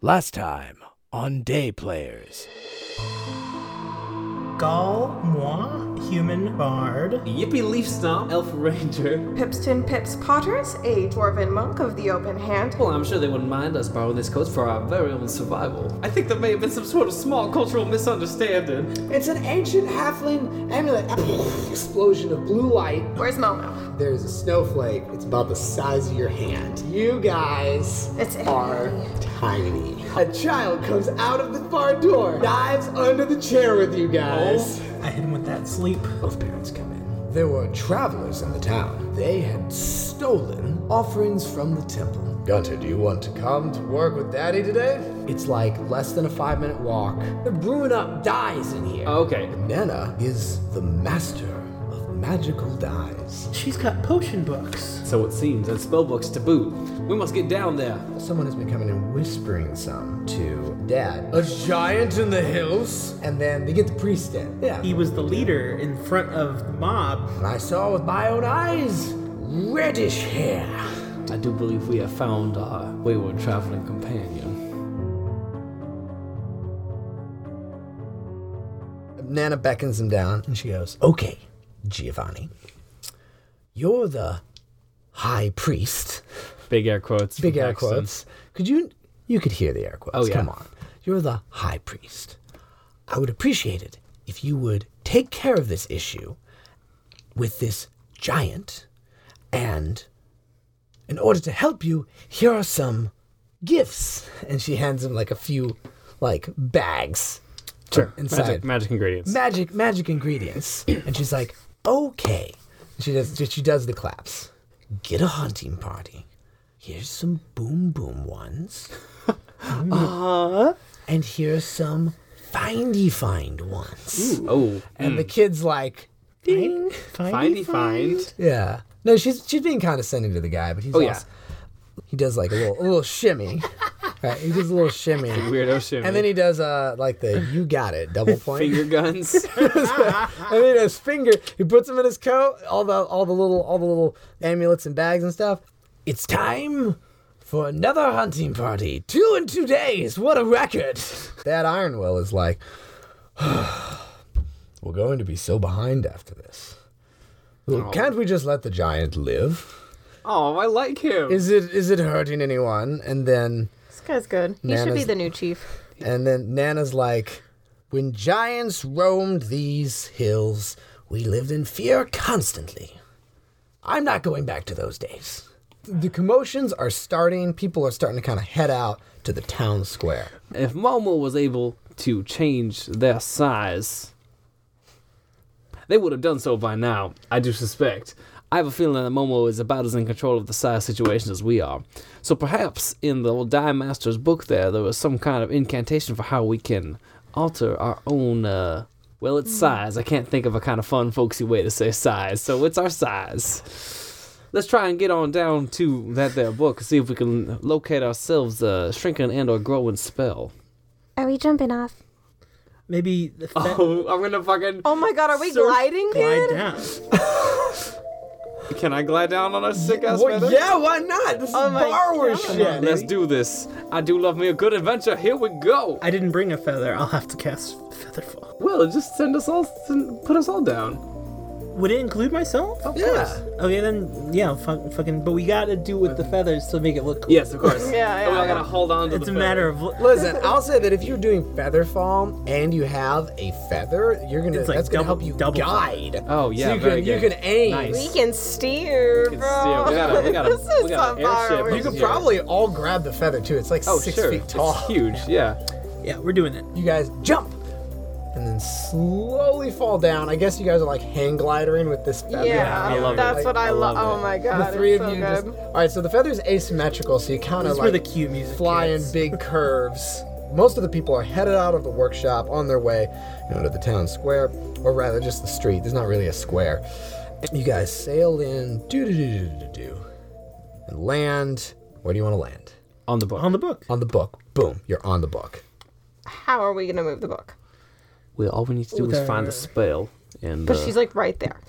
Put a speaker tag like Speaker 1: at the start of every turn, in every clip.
Speaker 1: Last time on Day Players.
Speaker 2: Gall, moi, human bard.
Speaker 3: Yippee Leaf Stomp, Elf Ranger.
Speaker 4: Pipston Pips Potters, a dwarven monk of the open hand.
Speaker 3: Well, I'm sure they wouldn't mind us borrowing this coat for our very own survival. I think there may have been some sort of small cultural misunderstanding.
Speaker 5: It's an ancient halfling amulet. Explosion of blue light.
Speaker 4: Where's Momo?
Speaker 5: There's a snowflake. It's about the size of your hand. You guys
Speaker 4: It's a-
Speaker 5: are tiny. A child comes out of the barn door, dives under the chair with you guys.
Speaker 2: I hit him with that sleep.
Speaker 5: Oh. Both parents come in. There were travelers in the town. They had stolen offerings from the temple. Gunter, do you want to come to work with Daddy today? It's like less than a five minute walk. They're brewing up dyes in here.
Speaker 3: Okay.
Speaker 5: Nana is the master of magical dyes.
Speaker 2: She's got potion books.
Speaker 3: So it seems, and spellbooks to boot. We must get down there.
Speaker 5: Someone has been coming and whispering some to Dad. A giant in the hills? And then they get the priest in. Yeah.
Speaker 2: He was the leader in front of the mob.
Speaker 5: And I saw with my own eyes reddish hair.
Speaker 3: I do believe we have found our wayward traveling companion.
Speaker 5: Nana beckons him down and she goes, Okay, Giovanni, you're the high priest.
Speaker 3: Big air quotes.
Speaker 5: Big air quotes. Could you? You could hear the air quotes.
Speaker 3: Oh, yeah.
Speaker 5: Come on. You're the high priest. I would appreciate it if you would take care of this issue with this giant, and in order to help you, here are some gifts. And she hands him like a few, like bags. Sure. Inside
Speaker 3: magic ingredients.
Speaker 5: magic magic ingredients and she's like okay And she does she does the claps get a hunting party here's some boom boom ones Uh-huh. and here's some findy find ones
Speaker 3: Oh,
Speaker 5: and the kid's like ding
Speaker 3: findy find.
Speaker 5: yeah no she's she's being condescending to the guy but he's
Speaker 3: Oh, yeah.
Speaker 5: also, he does like a little a little shimmy right he does a little shimmy
Speaker 3: Weirdo shimmy.
Speaker 5: and then he does uh like the you got it double point
Speaker 3: Finger guns.
Speaker 5: and then his finger, he puts them in his coat, all the all the little all the little amulets and bags and stuff. It's time for another hunting party. Two in two days. What a record! That Ironwell is like, we're going to be so behind after this. Well, Can't we just let the giant live?
Speaker 3: oh, I like him.
Speaker 5: Is it is it hurting anyone? And then
Speaker 4: This guy's good. He should be
Speaker 5: Nana's-
Speaker 4: the new chief.
Speaker 5: And then Nana's like, When giants roamed these hills, we lived in fear constantly. I'm not going back to those days. The commotions are starting. People are starting to kind of head out to the town square.
Speaker 3: If Momo was able to change their size, they would have done so by now, I do suspect. I have a feeling that Momo is about as in control of the size situation as we are. So perhaps in the old Dime Master's book there, there was some kind of incantation for how we can alter our own, uh, well, it's size. I can't think of a kind of fun, folksy way to say size, so it's our size. Let's try and get on down to that there book and see if we can locate ourselves a shrinking and or growing spell.
Speaker 6: Are we jumping off?
Speaker 2: Maybe the fa-
Speaker 3: Oh, I'm gonna fucking.
Speaker 4: Oh my god, are we
Speaker 3: Sir-
Speaker 4: gliding,
Speaker 2: glide
Speaker 4: dude?
Speaker 2: down.
Speaker 3: Can I glide down on a sick ass feather?
Speaker 5: yeah, why not? This is
Speaker 4: my
Speaker 5: borrower shit.
Speaker 3: Let's do this. I do love me a good adventure. Here we go.
Speaker 2: I didn't bring a feather. I'll have to cast Featherfall.
Speaker 3: Well, just send us all, send, put us all down.
Speaker 2: Would it include myself?
Speaker 5: Yeah.
Speaker 2: Okay, then, yeah, fuck, fucking. But we gotta do with the feathers to make it look cool.
Speaker 3: Yes, of course.
Speaker 4: Yeah, yeah,
Speaker 3: Oh, I
Speaker 4: yeah.
Speaker 3: gotta hold on to
Speaker 2: It's
Speaker 3: the
Speaker 2: a
Speaker 3: feather.
Speaker 2: matter of. lo-
Speaker 5: Listen, I'll say that if you're doing feather fall and you have a feather, you're gonna
Speaker 2: It's like
Speaker 5: that's gonna
Speaker 2: double-
Speaker 5: help you
Speaker 2: double-
Speaker 5: guide.
Speaker 3: Oh, yeah,
Speaker 5: so you
Speaker 3: very
Speaker 5: can you
Speaker 3: good.
Speaker 5: can aim.
Speaker 3: Nice.
Speaker 4: We can steer,
Speaker 3: It's-
Speaker 4: bro.
Speaker 3: yeah, we gotta, we gotta,
Speaker 4: this is
Speaker 3: we
Speaker 4: on
Speaker 3: gotta
Speaker 4: fire.
Speaker 3: airship.
Speaker 5: You
Speaker 3: up
Speaker 5: could
Speaker 3: here.
Speaker 5: probably all grab the feather too. It's like
Speaker 3: Oh,
Speaker 5: six
Speaker 3: sure.
Speaker 5: feet tall.
Speaker 3: It's huge. Yeah.
Speaker 2: Yeah, we're doing it.
Speaker 5: you guys jump and then slowly fall down. I guess you guys are like hang glidering with this feather.
Speaker 4: Yeah,
Speaker 3: I love it.
Speaker 4: that's what I, love.
Speaker 3: love
Speaker 4: oh
Speaker 3: it.
Speaker 4: my
Speaker 5: The
Speaker 4: god,
Speaker 5: three
Speaker 4: it's
Speaker 5: of
Speaker 4: so
Speaker 5: you
Speaker 4: good.
Speaker 5: just. All right, so the feather's asymmetrical, so you kind of
Speaker 2: That's where
Speaker 5: like
Speaker 2: the cue music
Speaker 5: fly in
Speaker 2: hits.
Speaker 5: big curves. Most of the people are headed out of the workshop on their way, you know, to the town square, or rather just the street. There's not really a square. You guys sail in, do do do do do do, and land. Where do you want to land?
Speaker 3: On the book.
Speaker 2: On the book.
Speaker 5: On the book. Boom, you're on the book.
Speaker 4: How are we gonna move the book?
Speaker 3: Well, all we need to do is find the
Speaker 2: There.
Speaker 3: spell. And
Speaker 4: But
Speaker 3: uh,
Speaker 4: she's like right there.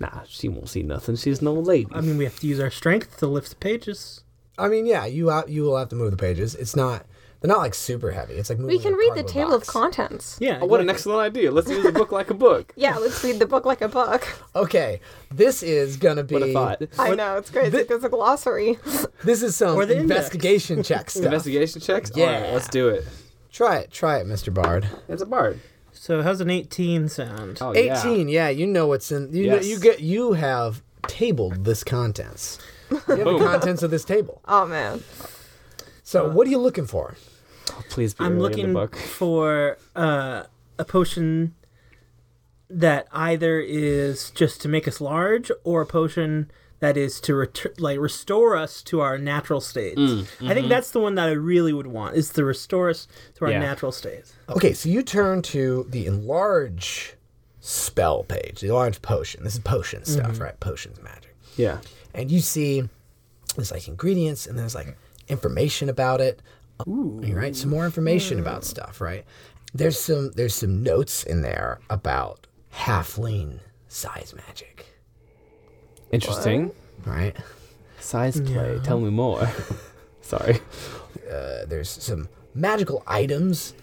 Speaker 3: nah, she won't see nothing. She's no lady.
Speaker 2: I mean, we have to use our strength to lift the pages.
Speaker 5: I mean, yeah, you out, you will have to move the pages. It's not They're not like super heavy. It's like
Speaker 4: We
Speaker 5: moving
Speaker 4: can
Speaker 5: a
Speaker 4: read the
Speaker 5: cardboard
Speaker 4: table
Speaker 5: box.
Speaker 4: of contents.
Speaker 2: Yeah.
Speaker 3: Oh, what an
Speaker 2: exactly.
Speaker 3: excellent idea. Let's use a book like a book.
Speaker 4: Yeah, let's read the book like a book.
Speaker 5: Okay, this is gonna be.
Speaker 3: What a thought.
Speaker 4: I know, it's crazy. There's a glossary.
Speaker 5: This is some
Speaker 2: Or the index.
Speaker 5: investigation check stuff.
Speaker 3: Investigation checks? All right,
Speaker 5: Yeah.
Speaker 3: let's do it.
Speaker 5: try it, try it, Mr. Bard.
Speaker 3: It's a bard.
Speaker 2: So how's an 18 sound?
Speaker 3: Oh, yeah.
Speaker 5: Eighteen. Yeah. you know what's in. You know,
Speaker 3: Yes.
Speaker 5: you get you have tabled this contents. You have the contents of this table.
Speaker 4: Oh, man.
Speaker 3: Uh.
Speaker 5: So what are you looking for?
Speaker 3: Please be
Speaker 2: I'm
Speaker 3: early in
Speaker 2: looking
Speaker 3: the book.
Speaker 2: for uh, a potion that either is just to make us large or a potion that is to ret- like restore us to our natural state. I think that's the one that I really would want is to restore us to our
Speaker 3: Yeah.
Speaker 2: natural state.
Speaker 5: Okay, so you turn to the enlarge spell page, the enlarge potion. This is potion stuff,
Speaker 3: Mm-hmm.
Speaker 5: right? Potions magic.
Speaker 3: Yeah.
Speaker 5: and you see there's like ingredients and there's like information about it right some more information about
Speaker 4: Hmm.
Speaker 5: stuff right there's some there's some notes in there about halfling size magic
Speaker 3: Interesting.
Speaker 5: right
Speaker 3: Size play. Tell me more. Sorry.
Speaker 5: uh, there's some magical items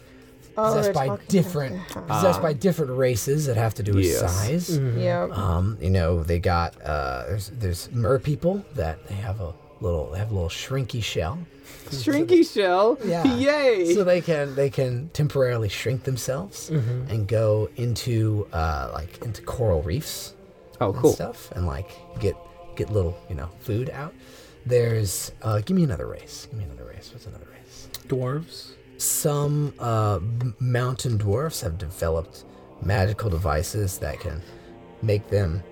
Speaker 4: Oh,
Speaker 5: possessed
Speaker 4: we're
Speaker 5: by
Speaker 4: talking
Speaker 5: different possessed by different races that have to do with
Speaker 3: Yes.
Speaker 5: size
Speaker 4: Yeah.
Speaker 5: Um, you know, they got uh, there's there's mer people that they have a little they have a little shrinky shell.
Speaker 3: Shrinky shell.
Speaker 5: Yeah.
Speaker 3: Yay.
Speaker 5: So they can they can temporarily shrink themselves
Speaker 3: Mm-hmm.
Speaker 5: and go into uh, like into coral reefs
Speaker 3: oh,
Speaker 5: and
Speaker 3: cool.
Speaker 5: stuff and like get get little you know food out. There's uh, give me another race. Give me another race. What's another race?
Speaker 2: Dwarves.
Speaker 5: Some uh, m- mountain dwarfs have developed magical devices that can make them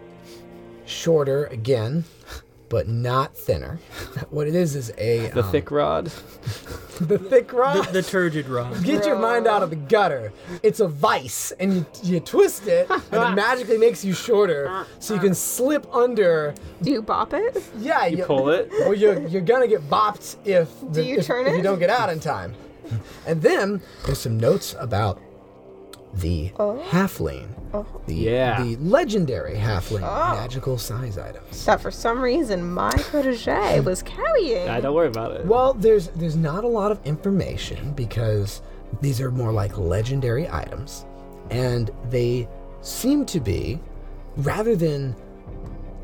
Speaker 5: shorter again, but not thinner. what it is is a
Speaker 3: The
Speaker 5: um,
Speaker 3: thick rod.
Speaker 5: the thick rod.
Speaker 2: The, the turgid rod.
Speaker 5: Get your mind out of the gutter. It's a vice, and you, you twist it, and it magically makes you shorter, so you can slip under.
Speaker 4: Do you bop it?
Speaker 5: Yeah, you,
Speaker 3: Pull it.
Speaker 5: Well, you're, you're gonna get bopped if the-
Speaker 4: you
Speaker 5: if,
Speaker 4: turn
Speaker 5: if
Speaker 4: it?
Speaker 5: you don't get out in time. And then there's some notes about the halfling, the
Speaker 3: Yeah.
Speaker 5: the legendary halfling magical size items.
Speaker 4: That for some reason my protege was carrying.
Speaker 3: I don't worry about it.
Speaker 5: Well, there's there's not a lot of information because these are more like legendary items, and they seem to be rather than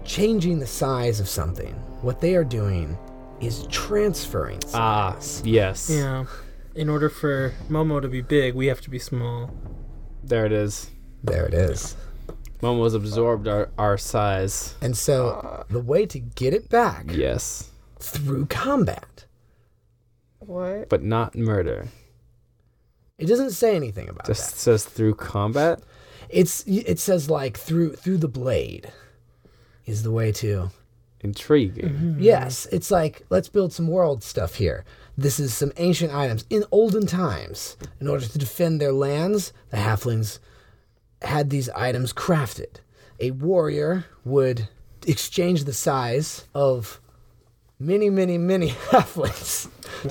Speaker 5: changing the size of something, what they are doing is transferring. some-
Speaker 3: Ah, s- yes.
Speaker 2: Yeah. In order for Momo to be big, we have to be small.
Speaker 3: There it is.
Speaker 5: there it is.
Speaker 3: Momo's absorbed our, our size.
Speaker 5: And so the way to get it back
Speaker 3: Yes.
Speaker 5: through combat.
Speaker 4: What?
Speaker 3: But not murder.
Speaker 5: It doesn't say anything about
Speaker 3: Just
Speaker 5: that.
Speaker 3: says through combat.
Speaker 5: It's it says like through through the blade is the way to
Speaker 3: Intriguing.
Speaker 5: Mm-hmm. Yes, it's like let's build some world stuff here. This is some ancient items in olden times. In order to defend their lands, the halflings had these items crafted. A warrior would exchange the size of many, many, many halflings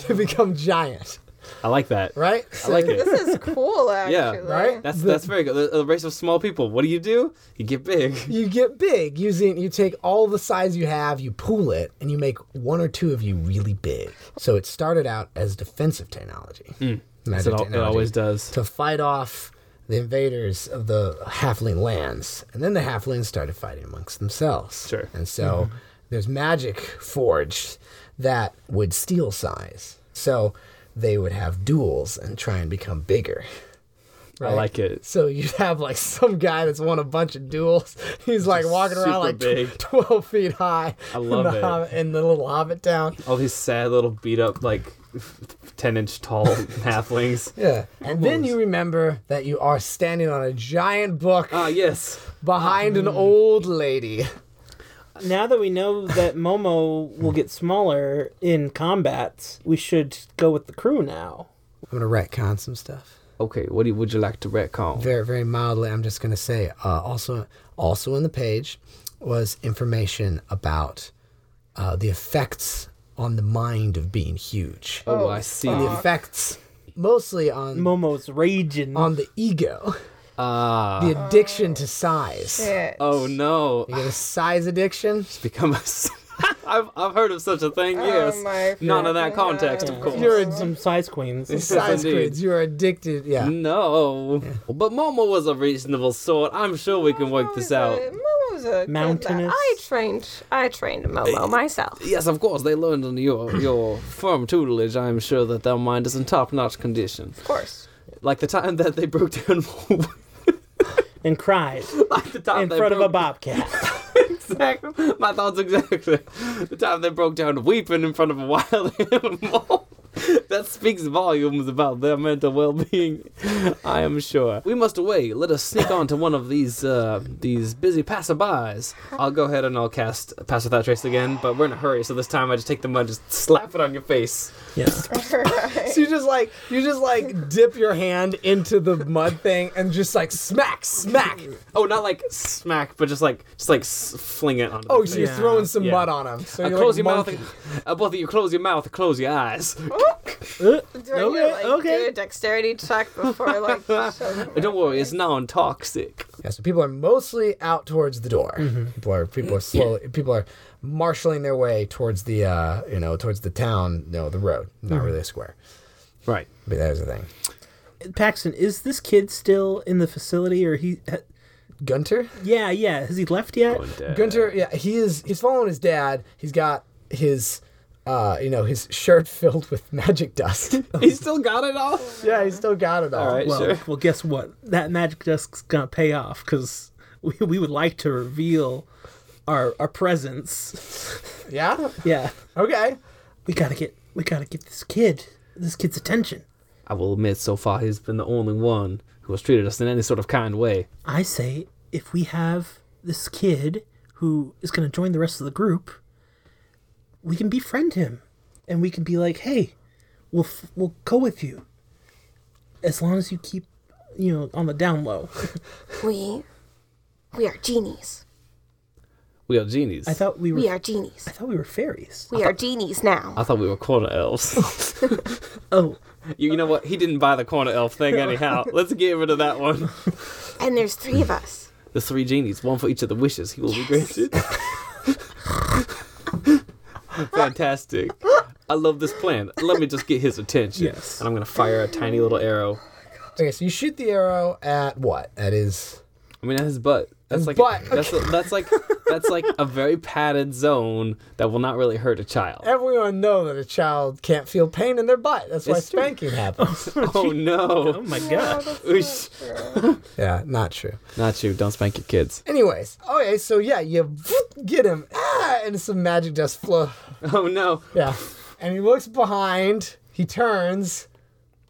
Speaker 5: to become giant.
Speaker 3: I like that.
Speaker 5: Right?
Speaker 3: I like it.
Speaker 4: This is cool, actually.
Speaker 3: Yeah.
Speaker 5: Right?
Speaker 3: That's that's very good. The- A race of small people. What do you do? You get big.
Speaker 5: you get big using you take all the size you have you pool it and you make one or two of you really big so it started out as defensive technology
Speaker 3: Hmm. So it,
Speaker 5: magic
Speaker 3: al- it
Speaker 5: technology,
Speaker 3: always does.
Speaker 5: to fight off the invaders of the halfling lands and then the halflings started fighting amongst themselves
Speaker 3: Sure. Mm-hmm.
Speaker 5: and so there's magic forged that would steal size so they would have duels and try and become bigger
Speaker 3: I like it.
Speaker 5: so you have like some guy that's won a bunch of duels. He's like walking
Speaker 3: super
Speaker 5: around like tw-
Speaker 3: big.
Speaker 5: twelve feet high.
Speaker 3: I love
Speaker 5: in the,
Speaker 3: it.
Speaker 5: Hobbit- in the little Hobbit town.
Speaker 3: All these sad little beat up like ten inch tall halflings.
Speaker 5: Yeah, and then you remember that you are standing on a giant book
Speaker 3: Ah yes.
Speaker 5: behind an old lady.
Speaker 2: Now that we know that Momo will get smaller in combat, we should go with the crew now.
Speaker 5: I'm gonna retcon some stuff
Speaker 3: Okay. What do you, would you like to retcon?
Speaker 5: very very mildly. I'm just gonna say uh, also also in the page was information about uh, the effects on the mind of being huge.
Speaker 3: Oh, I see.
Speaker 5: The effects mostly on
Speaker 2: Momo's raging.
Speaker 5: on the ego,
Speaker 3: Ah.
Speaker 5: the addiction to size.
Speaker 4: Shit.
Speaker 3: oh no.
Speaker 5: You get a size addiction?
Speaker 3: Become a. s- I've, I've heard of such a thing, yes.
Speaker 4: my
Speaker 3: Not in that
Speaker 4: freaking
Speaker 3: context, of
Speaker 4: God.
Speaker 3: course.
Speaker 2: You're in some size queens.
Speaker 5: Size
Speaker 3: indeed. Mm.
Speaker 5: quids, you're addicted. Yeah.
Speaker 3: No. But Momo was a reasonable sort. I'm sure we
Speaker 6: Oh,
Speaker 3: can work
Speaker 4: Momo
Speaker 3: this
Speaker 4: was a-
Speaker 3: out.
Speaker 4: Momo was a good
Speaker 2: Mountainous.
Speaker 4: lad. I trained. I trained Momo myself.
Speaker 3: Yes, of course, they learned under your, your firm tutelage. I'm sure that their mind is in top notch condition.
Speaker 4: Of course.
Speaker 3: Like the time that they broke down.
Speaker 2: and cried
Speaker 3: like the time
Speaker 2: in
Speaker 3: they
Speaker 2: front of a
Speaker 3: broke-
Speaker 2: bobcat.
Speaker 3: Exactly. My thoughts exactly. The time they broke down weeping in front of a wild animal. That speaks volumes about their mental well-being, I am sure. We must away. Let us sneak on to one of these uh, these busy passerbys. I'll go ahead and I'll cast Pass Without Trace again, but we're in a hurry, so this time I just take the mud, just slap it on your face.
Speaker 2: Yes.
Speaker 5: So you just like you just like dip your hand into the mud thing and just like smack, smack.
Speaker 3: Oh, not like smack, but just like just like s- fling it on.
Speaker 5: Oh, so you're
Speaker 2: Yeah,
Speaker 5: throwing some
Speaker 3: yeah.
Speaker 5: mud on him. So
Speaker 3: Uh,
Speaker 5: you're
Speaker 3: close
Speaker 5: like
Speaker 3: your
Speaker 5: monkey.
Speaker 3: mouth. Uh, both of you, close your mouth. Close your eyes.
Speaker 4: Do I need to,
Speaker 2: Okay,
Speaker 4: like,
Speaker 2: okay.
Speaker 4: Do a dexterity check before like. shove
Speaker 3: Don't worry, it's non-toxic.
Speaker 5: Yeah, so people are mostly out towards the door.
Speaker 3: Mm-hmm.
Speaker 5: People are people are slowly people are marshaling their way towards the uh you know towards the town no the road not
Speaker 3: Mm-hmm.
Speaker 5: really a square
Speaker 3: Right.
Speaker 5: but that was the thing.
Speaker 2: Paxton, is this kid still in the facility or he? ha-
Speaker 5: Gunter,
Speaker 2: Yeah, yeah. Has he left yet?
Speaker 5: Gunter, yeah, he is he's following his dad. He's got his uh you know his shirt filled with magic dust.
Speaker 3: He still got it all.
Speaker 5: yeah, he's still got it all.
Speaker 3: All right,
Speaker 2: Well,
Speaker 3: sure.
Speaker 2: well, guess what? That magic dust's gonna pay off because we, we would like to reveal our our presence.
Speaker 5: Yeah.
Speaker 2: Yeah,
Speaker 5: Okay.
Speaker 2: we gotta get we gotta get this kid this kid's attention.
Speaker 3: I will admit, so far he's been the only one who has treated us in any sort of kind way.
Speaker 2: I say if we have this kid who is gonna join the rest of the group, we can befriend him, and we can be like, hey, we'll f- we'll go with you, as long as you keep you know on the down low.
Speaker 6: We we are genies.
Speaker 3: We are genies.
Speaker 2: I thought we were
Speaker 6: We are genies.
Speaker 2: I thought we were fairies.
Speaker 6: We are genies now.
Speaker 3: I thought we were corner elves.
Speaker 2: Oh.
Speaker 3: you, you know what? He didn't buy the corner elf thing anyhow. Let's get rid of that one.
Speaker 6: And there's three of us.
Speaker 3: The three genies, one for each of the wishes he will be granted. Fantastic. I love this plan. Let me just get his attention.
Speaker 2: Yes.
Speaker 3: And I'm going to fire a tiny little arrow.
Speaker 5: Okay, so you shoot the arrow at what? At his
Speaker 3: I mean, at his butt. That's like
Speaker 5: butt,
Speaker 3: that's that's like that's like a very padded zone that will not really hurt a child.
Speaker 5: everyone know that a child can't feel pain in their butt. That's why
Speaker 3: It's true.
Speaker 5: spanking happens.
Speaker 3: Oh no!
Speaker 2: my god.
Speaker 3: Oh. Oosh.
Speaker 5: yeah, not true.
Speaker 3: Not you. Don't spank your kids.
Speaker 5: Anyways, okay, so yeah, you get him, ah, and some magic dust flow.
Speaker 3: Oh no!
Speaker 5: Yeah, and he looks behind. He turns,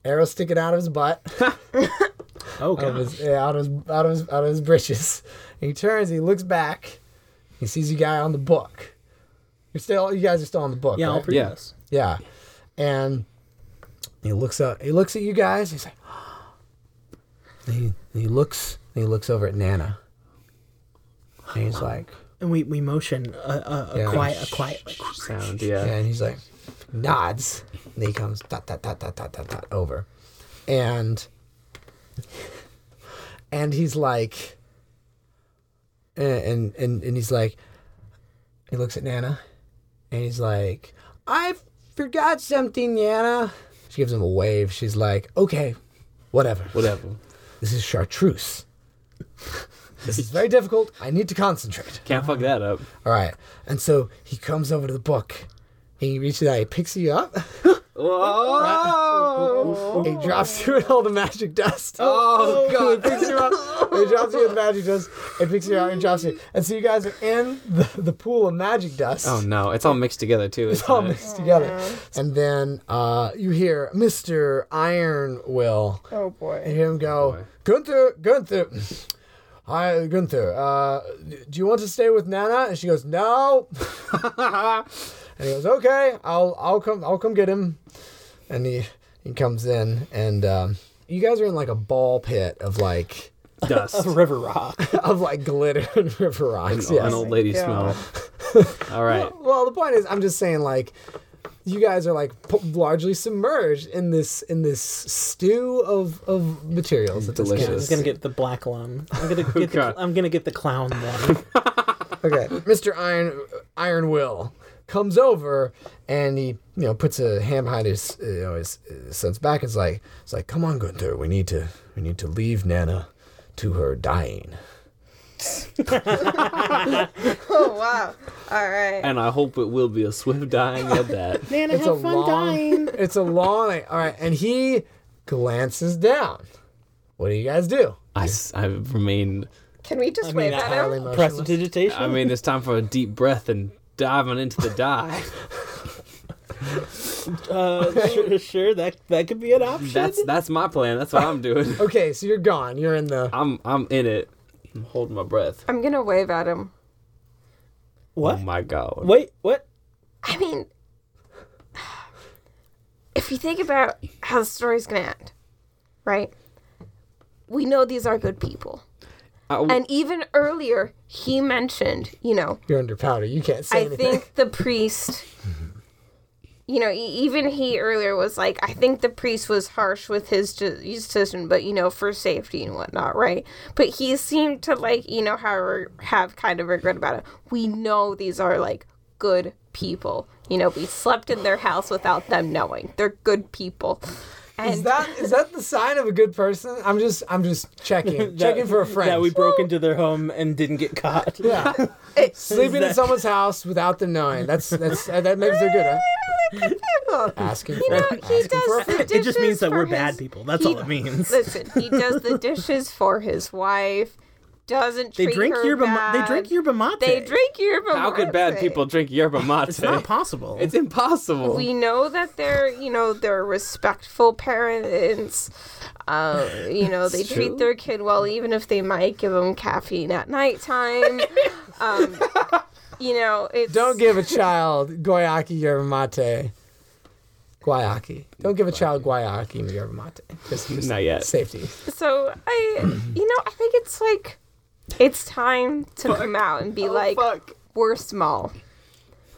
Speaker 5: arrow sticking out of his butt,
Speaker 2: Oh
Speaker 5: out of
Speaker 2: god.
Speaker 5: his, yeah, out of his, out of his, out of his britches. And he turns. He looks back. He sees you guy on the book. You're still, you guys are still on the book.
Speaker 2: Yeah,
Speaker 5: right?
Speaker 2: I'll pre
Speaker 3: Yeah.
Speaker 2: this.
Speaker 5: Yeah. And he looks up he looks at you guys, he's like and he, and he looks and he looks over at Nana. And he's like
Speaker 2: And we, we motion a, a, a
Speaker 5: Yeah.
Speaker 2: quiet a quiet like,
Speaker 3: Sound. Yeah.
Speaker 5: yeah, and he's like nods. And he comes dot dot dot dot dot dot dot over. And and he's like and and and he's like he looks at Nana and he's like, I forgot something, Nana. She gives him a wave. She's like, okay, whatever.
Speaker 3: Whatever.
Speaker 5: This is chartreuse. This is very difficult. I need to concentrate.
Speaker 3: Can't fuck that up.
Speaker 5: All right. And so he comes over to the book. He reaches out, he picks you up,
Speaker 3: Whoa!
Speaker 5: he drops you in all the magic dust.
Speaker 3: Oh
Speaker 5: He
Speaker 3: god!
Speaker 5: picks you up, he drops you in the magic dust, and picks you out and drops you. And so you guys are in the, the pool of magic dust.
Speaker 3: Oh no! It's all mixed together too.
Speaker 5: It's all mixed together. And then uh, you hear Mr. Iron Will.
Speaker 4: Oh
Speaker 5: and
Speaker 4: boy.
Speaker 5: hear him go, Gunther, Gunther. Hi, Gunther. Uh, do you want to stay with Nana? And she goes, No. and he goes, Okay, I'll I'll come I'll come get him. And he he comes in, and um, you guys are in like a ball pit of like
Speaker 3: dust.
Speaker 2: river rock.
Speaker 5: of like glitter and river rocks. Yes.
Speaker 3: An old lady
Speaker 4: Yeah.
Speaker 3: smell. All right.
Speaker 5: Well, the point is, I'm just saying like. You guys are like p- largely submerged in this in this stew of, of materials. that this
Speaker 3: Delicious.
Speaker 5: cat
Speaker 2: I'm
Speaker 5: is
Speaker 2: gonna get the black one. I'm gonna get the
Speaker 3: God.
Speaker 2: I'm gonna get the clown one.
Speaker 5: Okay, Mr. Iron Iron Will comes over and he, you know, puts a hand behind his, you know, his, his son's back. It's like, it's like, come on, Gunther, we need to, we need to leave Nana to her dying.
Speaker 4: Oh wow! All right.
Speaker 3: And I hope it will be a swift dying at that.
Speaker 1: Nana,
Speaker 5: it's a long, It's a long. All right, and he glances down. What do you guys do?
Speaker 3: I, s- I remain.
Speaker 4: Can we just
Speaker 2: I
Speaker 4: wave
Speaker 2: mean,
Speaker 4: that
Speaker 5: Entirely
Speaker 4: out?
Speaker 5: motionless.
Speaker 2: Prestidigitation.
Speaker 3: I mean, it's time for a deep breath and diving into the dive.
Speaker 2: uh, sure, sure, that that could be an option.
Speaker 3: That's that's my plan. That's what I'm doing.
Speaker 5: Okay, so you're gone. You're in the.
Speaker 3: I'm I'm in it. I'm holding my breath.
Speaker 4: I'm gonna wave at him.
Speaker 2: what?
Speaker 3: Oh my god.
Speaker 2: Wait, what?
Speaker 6: I mean, if you think about how the story's gonna end, right? We know these are good people.
Speaker 3: I-
Speaker 6: And even earlier, he mentioned, you know,
Speaker 5: You're under powder. You can't say
Speaker 6: I
Speaker 5: anything.
Speaker 6: think the priest, you know, e- even he earlier was like, I think the priest was harsh with his de- decision, but, you know, for safety and whatnot, right? But he seemed to, like, you know, however, have kind of regret about it. We know these are, like, good people. You know, we slept in their house without them knowing. They're good people.
Speaker 5: Is
Speaker 6: And
Speaker 5: that is that the sign of a good person? I'm just I'm just checking checking for a friend.
Speaker 2: Yeah, we broke into their home and didn't get caught.
Speaker 5: Yeah. Sleeping in someone's house without them knowing. That's that's uh, that makes they're good. Huh?
Speaker 6: people.
Speaker 5: Asking.
Speaker 6: You know,
Speaker 5: for-
Speaker 6: he
Speaker 5: asking for a
Speaker 6: does
Speaker 5: friend.
Speaker 6: the dishes
Speaker 2: It just means that
Speaker 6: for
Speaker 2: we're
Speaker 6: his-
Speaker 2: bad people. That's
Speaker 6: he-
Speaker 2: all it means.
Speaker 6: Listen, he does the dishes for his wife. Doesn't
Speaker 2: They
Speaker 6: treat
Speaker 2: drink
Speaker 6: her
Speaker 2: yerba. ma-
Speaker 6: bad.
Speaker 2: They drink yerba mate.
Speaker 6: They drink yerba
Speaker 3: How could bad
Speaker 6: mate.
Speaker 3: people drink yerba mate?
Speaker 2: It's not possible.
Speaker 3: It's impossible.
Speaker 6: We know that they're, you know, they're respectful parents. Uh, you know, they treat
Speaker 3: true.
Speaker 6: their kid well, even if they might give them caffeine at nighttime. um, you know, it's
Speaker 5: Don't give a child guayaki yerba mate. Guayaki. Don't give a child guayaki yerba mate. Just, just
Speaker 3: Not yet.
Speaker 5: Safety.
Speaker 6: so I, you know, I think it's like, it's time to come out and be like,
Speaker 3: fuck.
Speaker 6: we're small.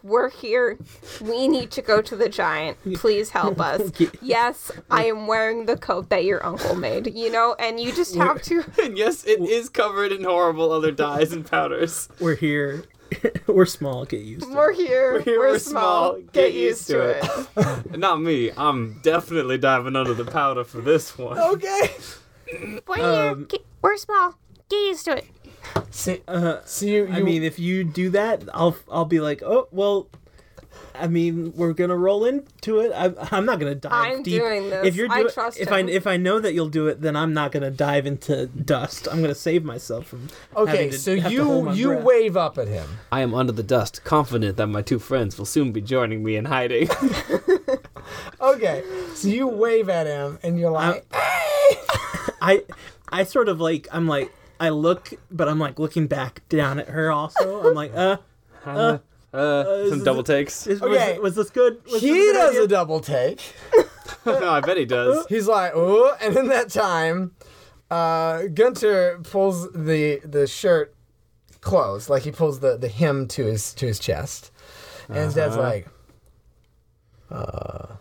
Speaker 6: We're here. We need to go to the giant. Please help us. Yes, I am wearing the coat that your uncle made, you know, and you just have to.
Speaker 3: And yes, it is covered in horrible other dyes and powders.
Speaker 2: we're here. we're small. Get used to it.
Speaker 6: We're here. We're,
Speaker 3: Here,
Speaker 6: small. Get, used to it.
Speaker 3: not me. I'm definitely diving under the powder for this one.
Speaker 5: Okay.
Speaker 6: We're, here. Get, we're small. Get used to it.
Speaker 5: See, see you, you.
Speaker 2: I mean, if you do that, I'll I'll be like, oh well. I mean, we're gonna roll into it. I'm, I'm not gonna dive
Speaker 6: I'm
Speaker 2: deep.
Speaker 6: doing this.
Speaker 2: If you're
Speaker 6: I
Speaker 2: doing,
Speaker 6: trust
Speaker 2: if
Speaker 6: him.
Speaker 2: I if I know that you'll do it, then I'm not gonna dive into dust. I'm gonna save myself from.
Speaker 5: okay.
Speaker 2: having to-
Speaker 5: So
Speaker 2: have to hold
Speaker 5: you
Speaker 2: my
Speaker 5: you
Speaker 2: breath.
Speaker 5: wave up at him.
Speaker 3: I am under the dust, confident that my two friends will soon be joining me in hiding.
Speaker 5: Okay. So you wave at him, and you're
Speaker 2: Uh,
Speaker 5: like,
Speaker 2: I I sort of like I'm like I look, but I'm like looking back down at her. Also, I'm like, uh,
Speaker 3: Uh, some double takes.
Speaker 2: is,
Speaker 5: Okay.
Speaker 2: was, was this good? Was
Speaker 5: he
Speaker 2: this a good
Speaker 5: does
Speaker 2: idea?
Speaker 5: a double take.
Speaker 3: I bet he does.
Speaker 5: He's like, oh, and in that time, uh, Gunter pulls the the shirt closed, like he pulls the the hem to his to his chest, and his dad's like, uh,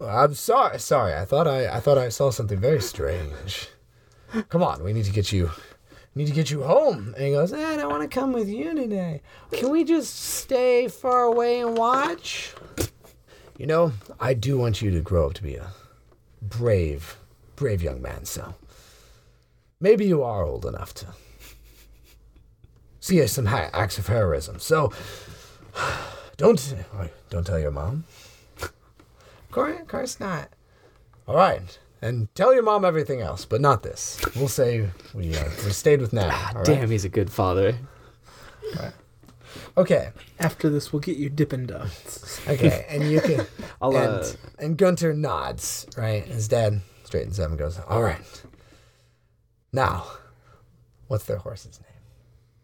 Speaker 5: I'm sorry, sorry. I thought I I thought I saw something very strange. Come on, we need to get you. Need to get you home. And he goes, "Eh, I don't want to come with you today. Can we just stay far away and watch? You know, I do want you to grow up to be a brave, brave young man, so maybe you are old enough to see some ha- acts of heroism. So don't don't tell your mom. Of course, of course not. All right. And tell your mom everything else, but not this. We'll say we, uh, we stayed with Nana. all right?
Speaker 3: Damn, he's a good father.
Speaker 5: Okay.
Speaker 2: After this, we'll get you dipping dots.
Speaker 5: Okay. And you can.
Speaker 3: I'll,
Speaker 5: and,
Speaker 3: uh,
Speaker 5: and Gunter nods, right? His dad straightens up and goes, All right. Now, what's their horse's name?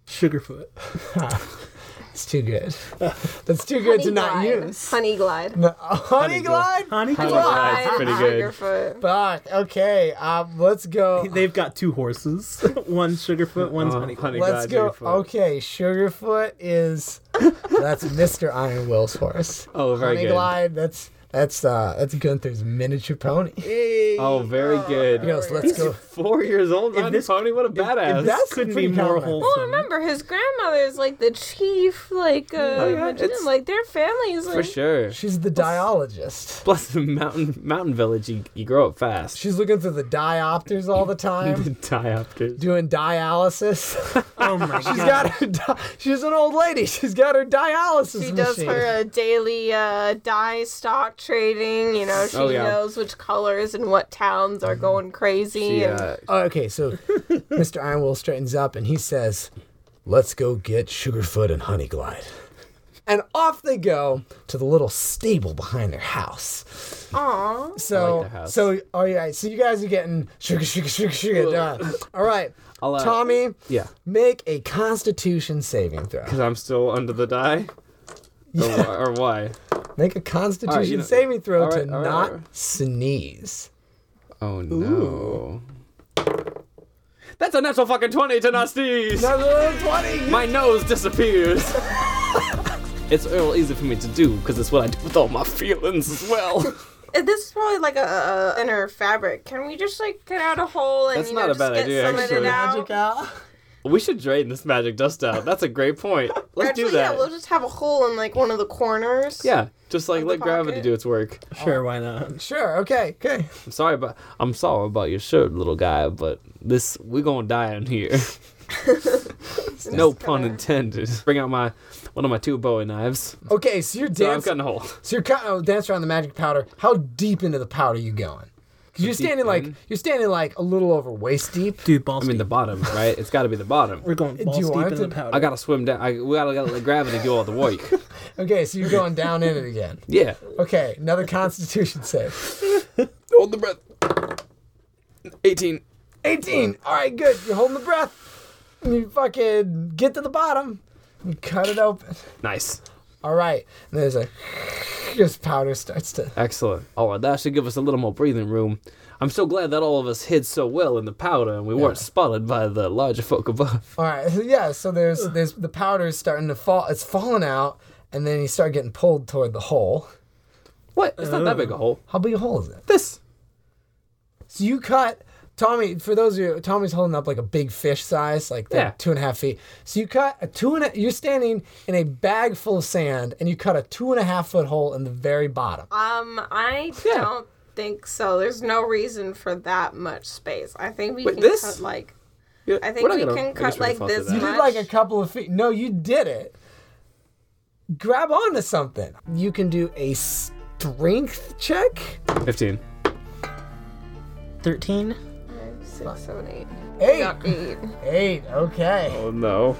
Speaker 2: Sugarfoot.
Speaker 5: It's too good. That's too good to not
Speaker 6: Glide.
Speaker 5: use.
Speaker 6: Honey glide.
Speaker 5: No, honey glide?
Speaker 2: Honey, Glide.
Speaker 3: Honey Glide's pretty good.
Speaker 6: Sugarfoot.
Speaker 5: Fuck. Okay. Um, let's go.
Speaker 2: They've got two horses. one Sugarfoot, one's
Speaker 3: Oh,
Speaker 2: Honey.
Speaker 3: honey
Speaker 5: Let's
Speaker 3: glide,
Speaker 5: go.
Speaker 3: Sugarfoot.
Speaker 5: Okay. Sugarfoot is. That's Mr. Iron Will's horse.
Speaker 3: Oh, very
Speaker 5: honey
Speaker 3: good.
Speaker 5: glide. That's That's uh, that's Gunther's miniature pony.
Speaker 3: Oh, very good.
Speaker 5: Uh, You know, so let's go.
Speaker 3: Four years old riding
Speaker 2: this-
Speaker 3: pony. What a badass!
Speaker 5: that-
Speaker 2: This
Speaker 5: That's
Speaker 2: couldn't be
Speaker 5: pretty
Speaker 2: more
Speaker 5: common.
Speaker 2: wholesome.
Speaker 6: Well, Oh, remember his grandmother is like the chief, like uh,
Speaker 3: Oh, yeah,
Speaker 6: magician,
Speaker 3: it's-
Speaker 6: like their family is like.
Speaker 3: for sure.
Speaker 5: She's the diologist.
Speaker 3: Plus, the mountain mountain village, you, you grow up fast.
Speaker 5: She's looking through the diopters all the time,
Speaker 3: Diopters.
Speaker 5: doing dialysis.
Speaker 2: Oh my
Speaker 5: She's
Speaker 2: god.
Speaker 5: got her. Di- she's an old lady. She's got her dialysis
Speaker 6: She
Speaker 5: machine.
Speaker 6: does her uh, daily uh, dye stock trading. You know, she
Speaker 3: Oh, yeah. Mm-hmm.
Speaker 6: knows which colors and what towns are going crazy.
Speaker 3: She,
Speaker 6: and-
Speaker 3: uh,
Speaker 5: Oh, okay, so Mr. Ironwool straightens up and he says, "Let's go get Sugarfoot and Honeyglide." And off they go to the little stable behind their house.
Speaker 6: Aw.
Speaker 5: So,
Speaker 3: their house.
Speaker 5: so all right. So you guys are getting sugar, sugar, sugar, sugar done. All right,
Speaker 3: I'll, uh,
Speaker 5: Tommy,
Speaker 3: yeah,
Speaker 5: make a Constitution saving throw.
Speaker 3: because I'm still under the die. Or wh- Or, why?
Speaker 5: Make a Constitution
Speaker 3: know-
Speaker 5: saving throw
Speaker 3: all right,
Speaker 5: to
Speaker 3: all right,
Speaker 5: not
Speaker 3: all right.
Speaker 5: sneeze.
Speaker 3: Oh no. That's a natural fucking twenty to not sneeze.
Speaker 5: Another little twenty.
Speaker 3: My nose disappears. it's real easy for me to do because it's what I do with all my feelings as well.
Speaker 6: Uh, This is probably like a, a inner fabric. Can we just like cut out a hole and
Speaker 3: That's
Speaker 6: you know
Speaker 3: not a
Speaker 6: just
Speaker 3: bad
Speaker 6: get
Speaker 3: idea,
Speaker 6: some of
Speaker 3: actually.
Speaker 6: it out?
Speaker 5: Magic out.
Speaker 3: we should drain this magic dust out. That's a great point. Let's
Speaker 6: Actually,
Speaker 3: do that.
Speaker 6: yeah, we'll just have a hole in like one of the corners.
Speaker 3: Yeah, just like let
Speaker 6: the
Speaker 3: gravity
Speaker 6: pocket.
Speaker 3: do its work.
Speaker 2: Sure, why not?
Speaker 5: Sure. Okay. Okay.
Speaker 3: I'm sorry about I'm sorry about your shirt, little guy, but this we're gonna die in here. no pun intended. Bring out my one of my two Bowie knives.
Speaker 5: Okay. So you're
Speaker 3: So I've
Speaker 5: dancing.
Speaker 3: gotten a hole.
Speaker 5: So you're kind of dancing around the magic powder. How deep into the powder you going? Because you're standing like you're standing like a little over waist deep.
Speaker 2: Dude, balls.
Speaker 3: I mean the bottom, right? It's got to be the bottom.
Speaker 2: we're going balls
Speaker 5: you
Speaker 2: deep
Speaker 5: want
Speaker 2: in the
Speaker 5: to-
Speaker 2: powder.
Speaker 3: I gotta swim down. I, we gotta let gravity do all the work.
Speaker 5: Okay, so you're going down in it again.
Speaker 3: Yeah.
Speaker 5: Okay, another Constitution save.
Speaker 3: Hold the breath. 18.
Speaker 5: 18. All right, good. You're holding the breath. And you fucking get to the bottom. You cut it open.
Speaker 3: Nice.
Speaker 5: All right. And there's a just powder starts to.
Speaker 3: Excellent. All right, that should give us a little more breathing room. I'm so glad that all of us hid so well in the powder and we weren't spotted by the larger folk above.
Speaker 5: All right. So yeah. So there's there's the powder is starting to fall. It's falling out, and then you start getting pulled toward the hole.
Speaker 3: What? It's not that big a hole.
Speaker 5: How big a hole is it?
Speaker 3: This.
Speaker 5: So you cut Tommy. For those of you, Tommy's holding up like a big fish size, like the
Speaker 3: Yeah.
Speaker 5: two and a half feet. So you cut a two and a, you're standing in a bag full of sand, and you cut a two and a half foot hole in the very bottom.
Speaker 6: Um, I
Speaker 3: Yeah.
Speaker 6: don't think so. There's no reason for that much space. I think we
Speaker 3: Wait,
Speaker 6: can
Speaker 3: this?
Speaker 6: cut like
Speaker 3: Yeah,
Speaker 6: I think
Speaker 3: we're not
Speaker 6: we
Speaker 3: gonna-
Speaker 6: can
Speaker 3: I guess we
Speaker 6: cut like
Speaker 3: fall through
Speaker 6: this
Speaker 3: that.
Speaker 5: You did like a couple of feet. No, you did it. Grab onto something. You can do a strength check.
Speaker 3: 15.
Speaker 2: Thirteen.
Speaker 6: five, six, seven, eight.
Speaker 5: Eight.
Speaker 6: Not eight.
Speaker 5: Eight. Okay.
Speaker 3: Oh no.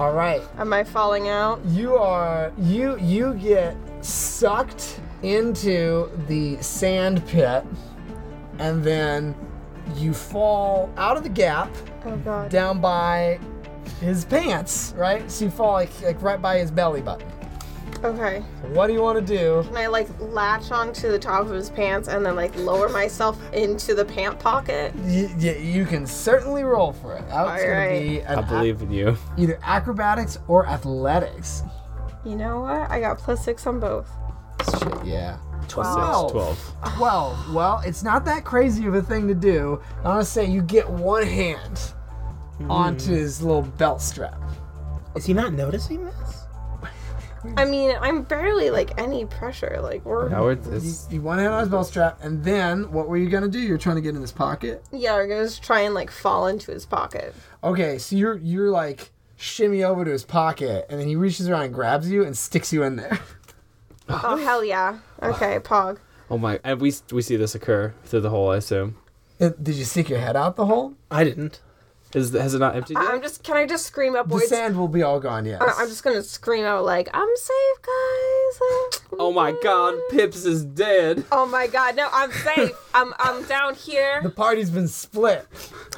Speaker 5: All right.
Speaker 6: Am I falling out?
Speaker 5: you are you you get sucked into the sand pit and then you fall out of the gap
Speaker 6: Oh god.
Speaker 5: down by his pants right so you fall like, like right by his belly button
Speaker 6: Okay.
Speaker 5: what do you want to do
Speaker 6: Can I like latch onto the top of his pants and then like lower myself into the pant pocket?
Speaker 5: you, you, you can certainly roll for it that's gonna
Speaker 6: right.
Speaker 5: be an
Speaker 3: I believe in you.
Speaker 5: ac- either acrobatics or athletics
Speaker 6: You know what? I got plus six on both.
Speaker 5: Shit, yeah
Speaker 3: Twelve. Twelve.
Speaker 5: 12. Well, it's not that crazy of a thing to do. I'm gonna say you get one hand
Speaker 3: Hmm.
Speaker 5: onto his little belt strap.
Speaker 2: Is he not noticing this?
Speaker 6: I mean, I'm barely like any pressure. Like we're
Speaker 3: Howard,
Speaker 5: You,
Speaker 3: it's,
Speaker 5: you one hand on his belt strap, and then what were you gonna do? You're trying to get in his pocket.
Speaker 6: yeah, we're gonna just try and like fall into his pocket.
Speaker 5: Okay, so you're you're like shimmy over to his pocket, and then he reaches around and grabs you and sticks you in there.
Speaker 6: Oh hell yeah. Okay, Pog.
Speaker 3: oh my, and we we see this occur through the hole, I assume.
Speaker 5: Uh, Did you stick your head out the hole?
Speaker 2: I didn't.
Speaker 3: Is has it not emptied
Speaker 6: I-
Speaker 3: yet?
Speaker 6: I'm just. Can I just scream
Speaker 5: The
Speaker 6: upwards?
Speaker 5: sand will be all gone. Yes.
Speaker 6: I- Uh, I'm just gonna scream out like, "I'm safe, guys!"
Speaker 3: Oh my God, Pips is dead.
Speaker 6: Oh my god! No, I'm safe. I'm I'm down
Speaker 5: the
Speaker 6: here.
Speaker 5: party's been split.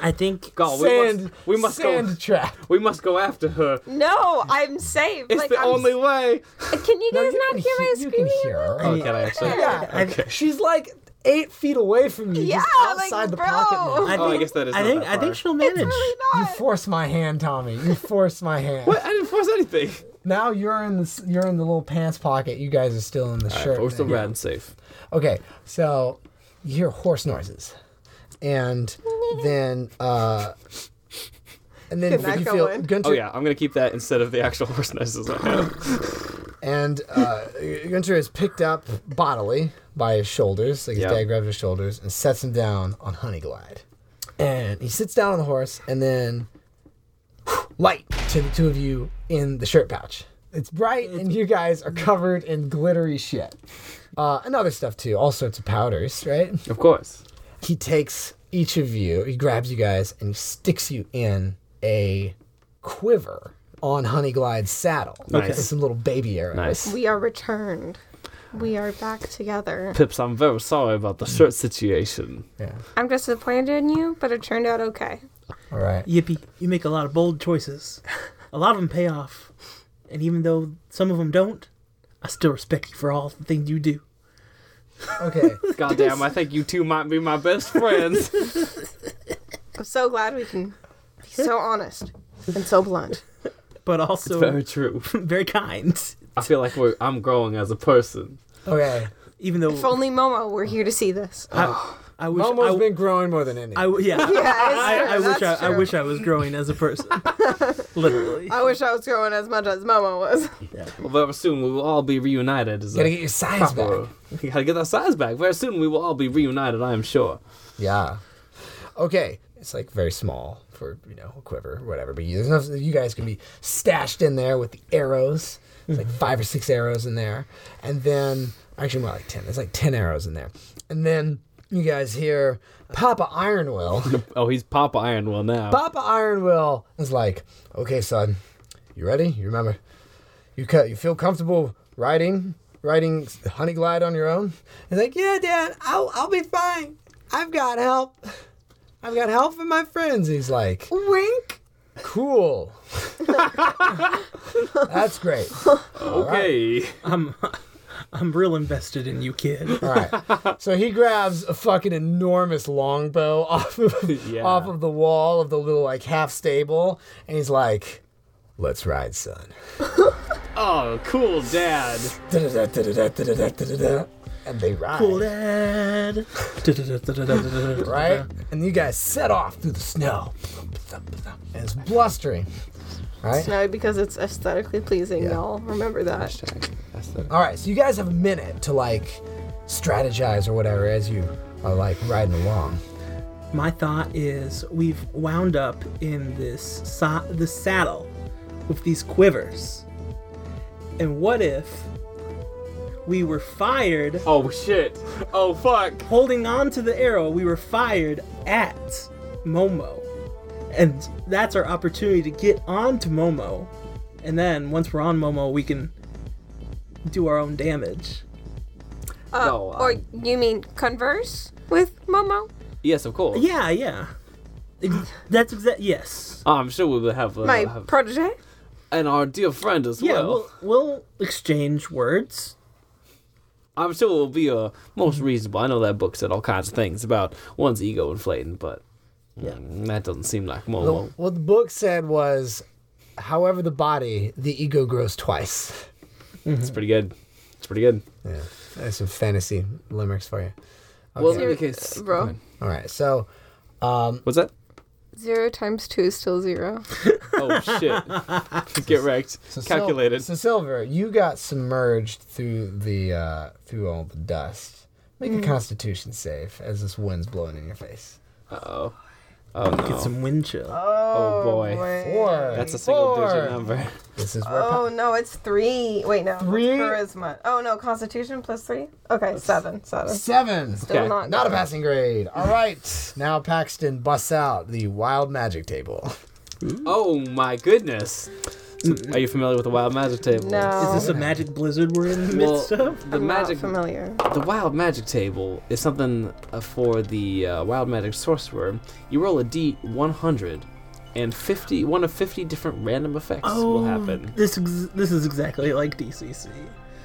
Speaker 2: I think
Speaker 3: God, Oh, we
Speaker 5: Sand.
Speaker 3: must we must
Speaker 5: sand
Speaker 3: go
Speaker 5: trap.
Speaker 3: we must go after her.
Speaker 6: No, I'm safe.
Speaker 3: It's
Speaker 6: like,
Speaker 3: the
Speaker 6: I'm,
Speaker 3: only way.
Speaker 6: Can you
Speaker 5: No,
Speaker 6: guys
Speaker 5: you
Speaker 6: not
Speaker 5: can
Speaker 6: hear my
Speaker 5: he- you can
Speaker 6: screaming?
Speaker 5: hear her.
Speaker 3: Oh, can I actually?
Speaker 5: Yeah.
Speaker 2: Okay.
Speaker 5: She's like eight feet away from you, just
Speaker 6: Yeah, like,
Speaker 5: outside the
Speaker 6: bro.
Speaker 5: pocket. Now.
Speaker 2: I think,
Speaker 3: Oh, I guess that is
Speaker 2: I
Speaker 3: not
Speaker 2: think
Speaker 3: that
Speaker 2: I think
Speaker 3: far.
Speaker 2: she'll manage.
Speaker 6: Really
Speaker 5: You
Speaker 6: not.
Speaker 5: force my hand, Tommy. You force my hand.
Speaker 3: What? I didn't force anything.
Speaker 5: now you're in the s- you're in the little pants pocket. You guys are still in the
Speaker 3: All right,
Speaker 5: shirt.
Speaker 3: but we're still
Speaker 5: thing.
Speaker 3: red and safe.
Speaker 5: Okay, so you hear horse noises, and then uh, and then
Speaker 7: Can that
Speaker 5: you
Speaker 7: go
Speaker 5: feel
Speaker 7: in?
Speaker 5: Gunter
Speaker 3: Oh yeah, I'm gonna keep that instead of the actual horse noises I have.
Speaker 5: and uh, Gunter is picked up bodily by his shoulders. Like his
Speaker 3: Yeah.
Speaker 5: dad grabs his shoulders and sets him down on Honeyglide, and he sits down on the horse, and then light to the two of you in the shirt pouch. It's bright, and you guys are covered in glittery shit. Uh, and other stuff too, all sorts of powders, right?
Speaker 3: Of course.
Speaker 5: he takes each of you, he grabs you guys, and he sticks you in a quiver on Honeyglide's saddle.
Speaker 3: Nice.
Speaker 5: With some little baby arrows.
Speaker 3: Nice.
Speaker 6: We are returned. We are back together.
Speaker 3: Pips, I'm very sorry about the shirt situation.
Speaker 5: Yeah.
Speaker 6: I'm disappointed in you, but it turned out okay.
Speaker 5: All right.
Speaker 2: Yippee! You make a lot of bold choices. A lot of them pay off, and even though some of them don't, I still respect you for all the things you do.
Speaker 5: Okay.
Speaker 3: Goddamn, I think you two might be my best friends.
Speaker 6: I'm so glad we can be so honest and so blunt.
Speaker 2: But also
Speaker 3: Very
Speaker 2: very...
Speaker 3: true.
Speaker 2: kind.
Speaker 3: I feel like we're, I'm growing as a person.
Speaker 5: Okay.
Speaker 2: Even though
Speaker 6: If only Oh, Momo were here to see this.
Speaker 2: I wish
Speaker 5: Momo's
Speaker 2: I,
Speaker 5: been growing more than any.
Speaker 2: I w- yeah.
Speaker 6: Yeah,
Speaker 2: I, I
Speaker 6: it's
Speaker 2: wish
Speaker 6: true.
Speaker 2: I,
Speaker 6: That's
Speaker 2: I
Speaker 6: true.
Speaker 2: wish I was growing as a person. Literally.
Speaker 6: I wish I was growing as much as Momo was.
Speaker 3: Well, very soon we will all be reunited. As
Speaker 5: Gotta
Speaker 3: a
Speaker 5: get your size
Speaker 3: proper-
Speaker 5: back.
Speaker 3: You gotta get that size back. Very soon we will all be reunited, I am sure.
Speaker 5: Yeah. Okay. It's like very small for you know a quiver, or whatever. But you, there's enough. You guys can be stashed in there with the arrows. It's like five or six arrows in there, and then actually more like ten. There's like ten arrows in there, and then you guys hear Papa Ironwill.
Speaker 3: Oh, he's Papa Ironwell now.
Speaker 5: Papa Ironwill is like, okay, son, you ready? You remember? You ca- you feel comfortable riding riding Honey Glide on your own? He's like, yeah, Dad, I'll I'll be fine. I've got help. I've got help from my friends. He's like,
Speaker 6: Wink.
Speaker 5: cool. That's great.
Speaker 3: okay.
Speaker 2: I'm real invested in you, kid.
Speaker 5: All right. So he grabs a fucking enormous longbow off of
Speaker 3: Yeah.
Speaker 5: off of the wall of the little like half stable, and he's like, let's ride, son.
Speaker 3: Oh, cool, Dad.
Speaker 5: and they ride.
Speaker 2: Cool dad.
Speaker 5: Right? And you guys set off through the snow. And it's blustering. Right?
Speaker 6: No, because it's aesthetically pleasing,
Speaker 5: Yeah.
Speaker 6: y'all. Remember that.
Speaker 5: Alright, so you guys have a minute to like strategize or whatever as you are like riding along.
Speaker 2: My thought is we've wound up in this sa- the saddle with these quivers. And what if we were fired
Speaker 3: Oh, shit. Oh, fuck.
Speaker 2: holding on to the arrow we were fired at Momo. And that's our opportunity to get on to Momo. And then once we're on Momo, we can do our own damage.
Speaker 6: Uh,
Speaker 3: No,
Speaker 6: or
Speaker 3: um,
Speaker 6: you mean converse with Momo?
Speaker 3: Yes, of course.
Speaker 2: Yeah, yeah. Ex- That's exact. Yes.
Speaker 3: I'm sure we will have, uh,
Speaker 6: My
Speaker 3: have-
Speaker 6: protege?
Speaker 3: and our dear friend as
Speaker 2: Yeah,
Speaker 3: well.
Speaker 2: we'll, we'll exchange words.
Speaker 3: I'm sure it will be uh, most reasonable. I know that book said all kinds of things about one's ego inflating, but mm, that doesn't seem like Momo.
Speaker 5: What the book said was, however, the body, the ego grows twice.
Speaker 3: It's pretty good. It's pretty good.
Speaker 5: Yeah. That's some fantasy limericks for you.
Speaker 3: Well, in any
Speaker 6: Zero-
Speaker 3: case,
Speaker 6: uh, bro.
Speaker 5: Alright, so um,
Speaker 3: what's that?
Speaker 6: Zero times two is still zero.
Speaker 3: Oh shit! Get wrecked.
Speaker 5: Sil-
Speaker 3: Calculated.
Speaker 5: So Silver, you got submerged through the uh, through all the dust. Make a Constitution save as this wind's blowing in your face.
Speaker 3: oh. Oh no.
Speaker 2: Get some wind chill.
Speaker 3: oh boy.
Speaker 5: Four.
Speaker 3: That's a single
Speaker 5: Four.
Speaker 3: digit number.
Speaker 5: This is where.
Speaker 7: Oh no, it's three. Wait, no,
Speaker 5: Three?
Speaker 7: It's charisma. Oh no, Constitution plus three. Okay, seven, seven.
Speaker 5: Seven.
Speaker 6: Still
Speaker 3: Okay.
Speaker 6: not.
Speaker 5: Not a passing grade. All right. Now Paxton busts out the wild magic table.
Speaker 3: Oh my goodness. So, are you familiar with the wild magic table?
Speaker 6: No.
Speaker 2: Is this
Speaker 5: Oh.
Speaker 2: a magic blizzard we're in the
Speaker 3: Well,
Speaker 2: midst of?
Speaker 3: the
Speaker 6: I'm
Speaker 3: magic
Speaker 6: not familiar.
Speaker 3: The wild magic table is something uh, for the uh, wild magic sorcerer. You roll a d100, and 50 one of 50 different random effects
Speaker 2: Oh.
Speaker 3: will happen.
Speaker 2: This ex- this is exactly like DCC.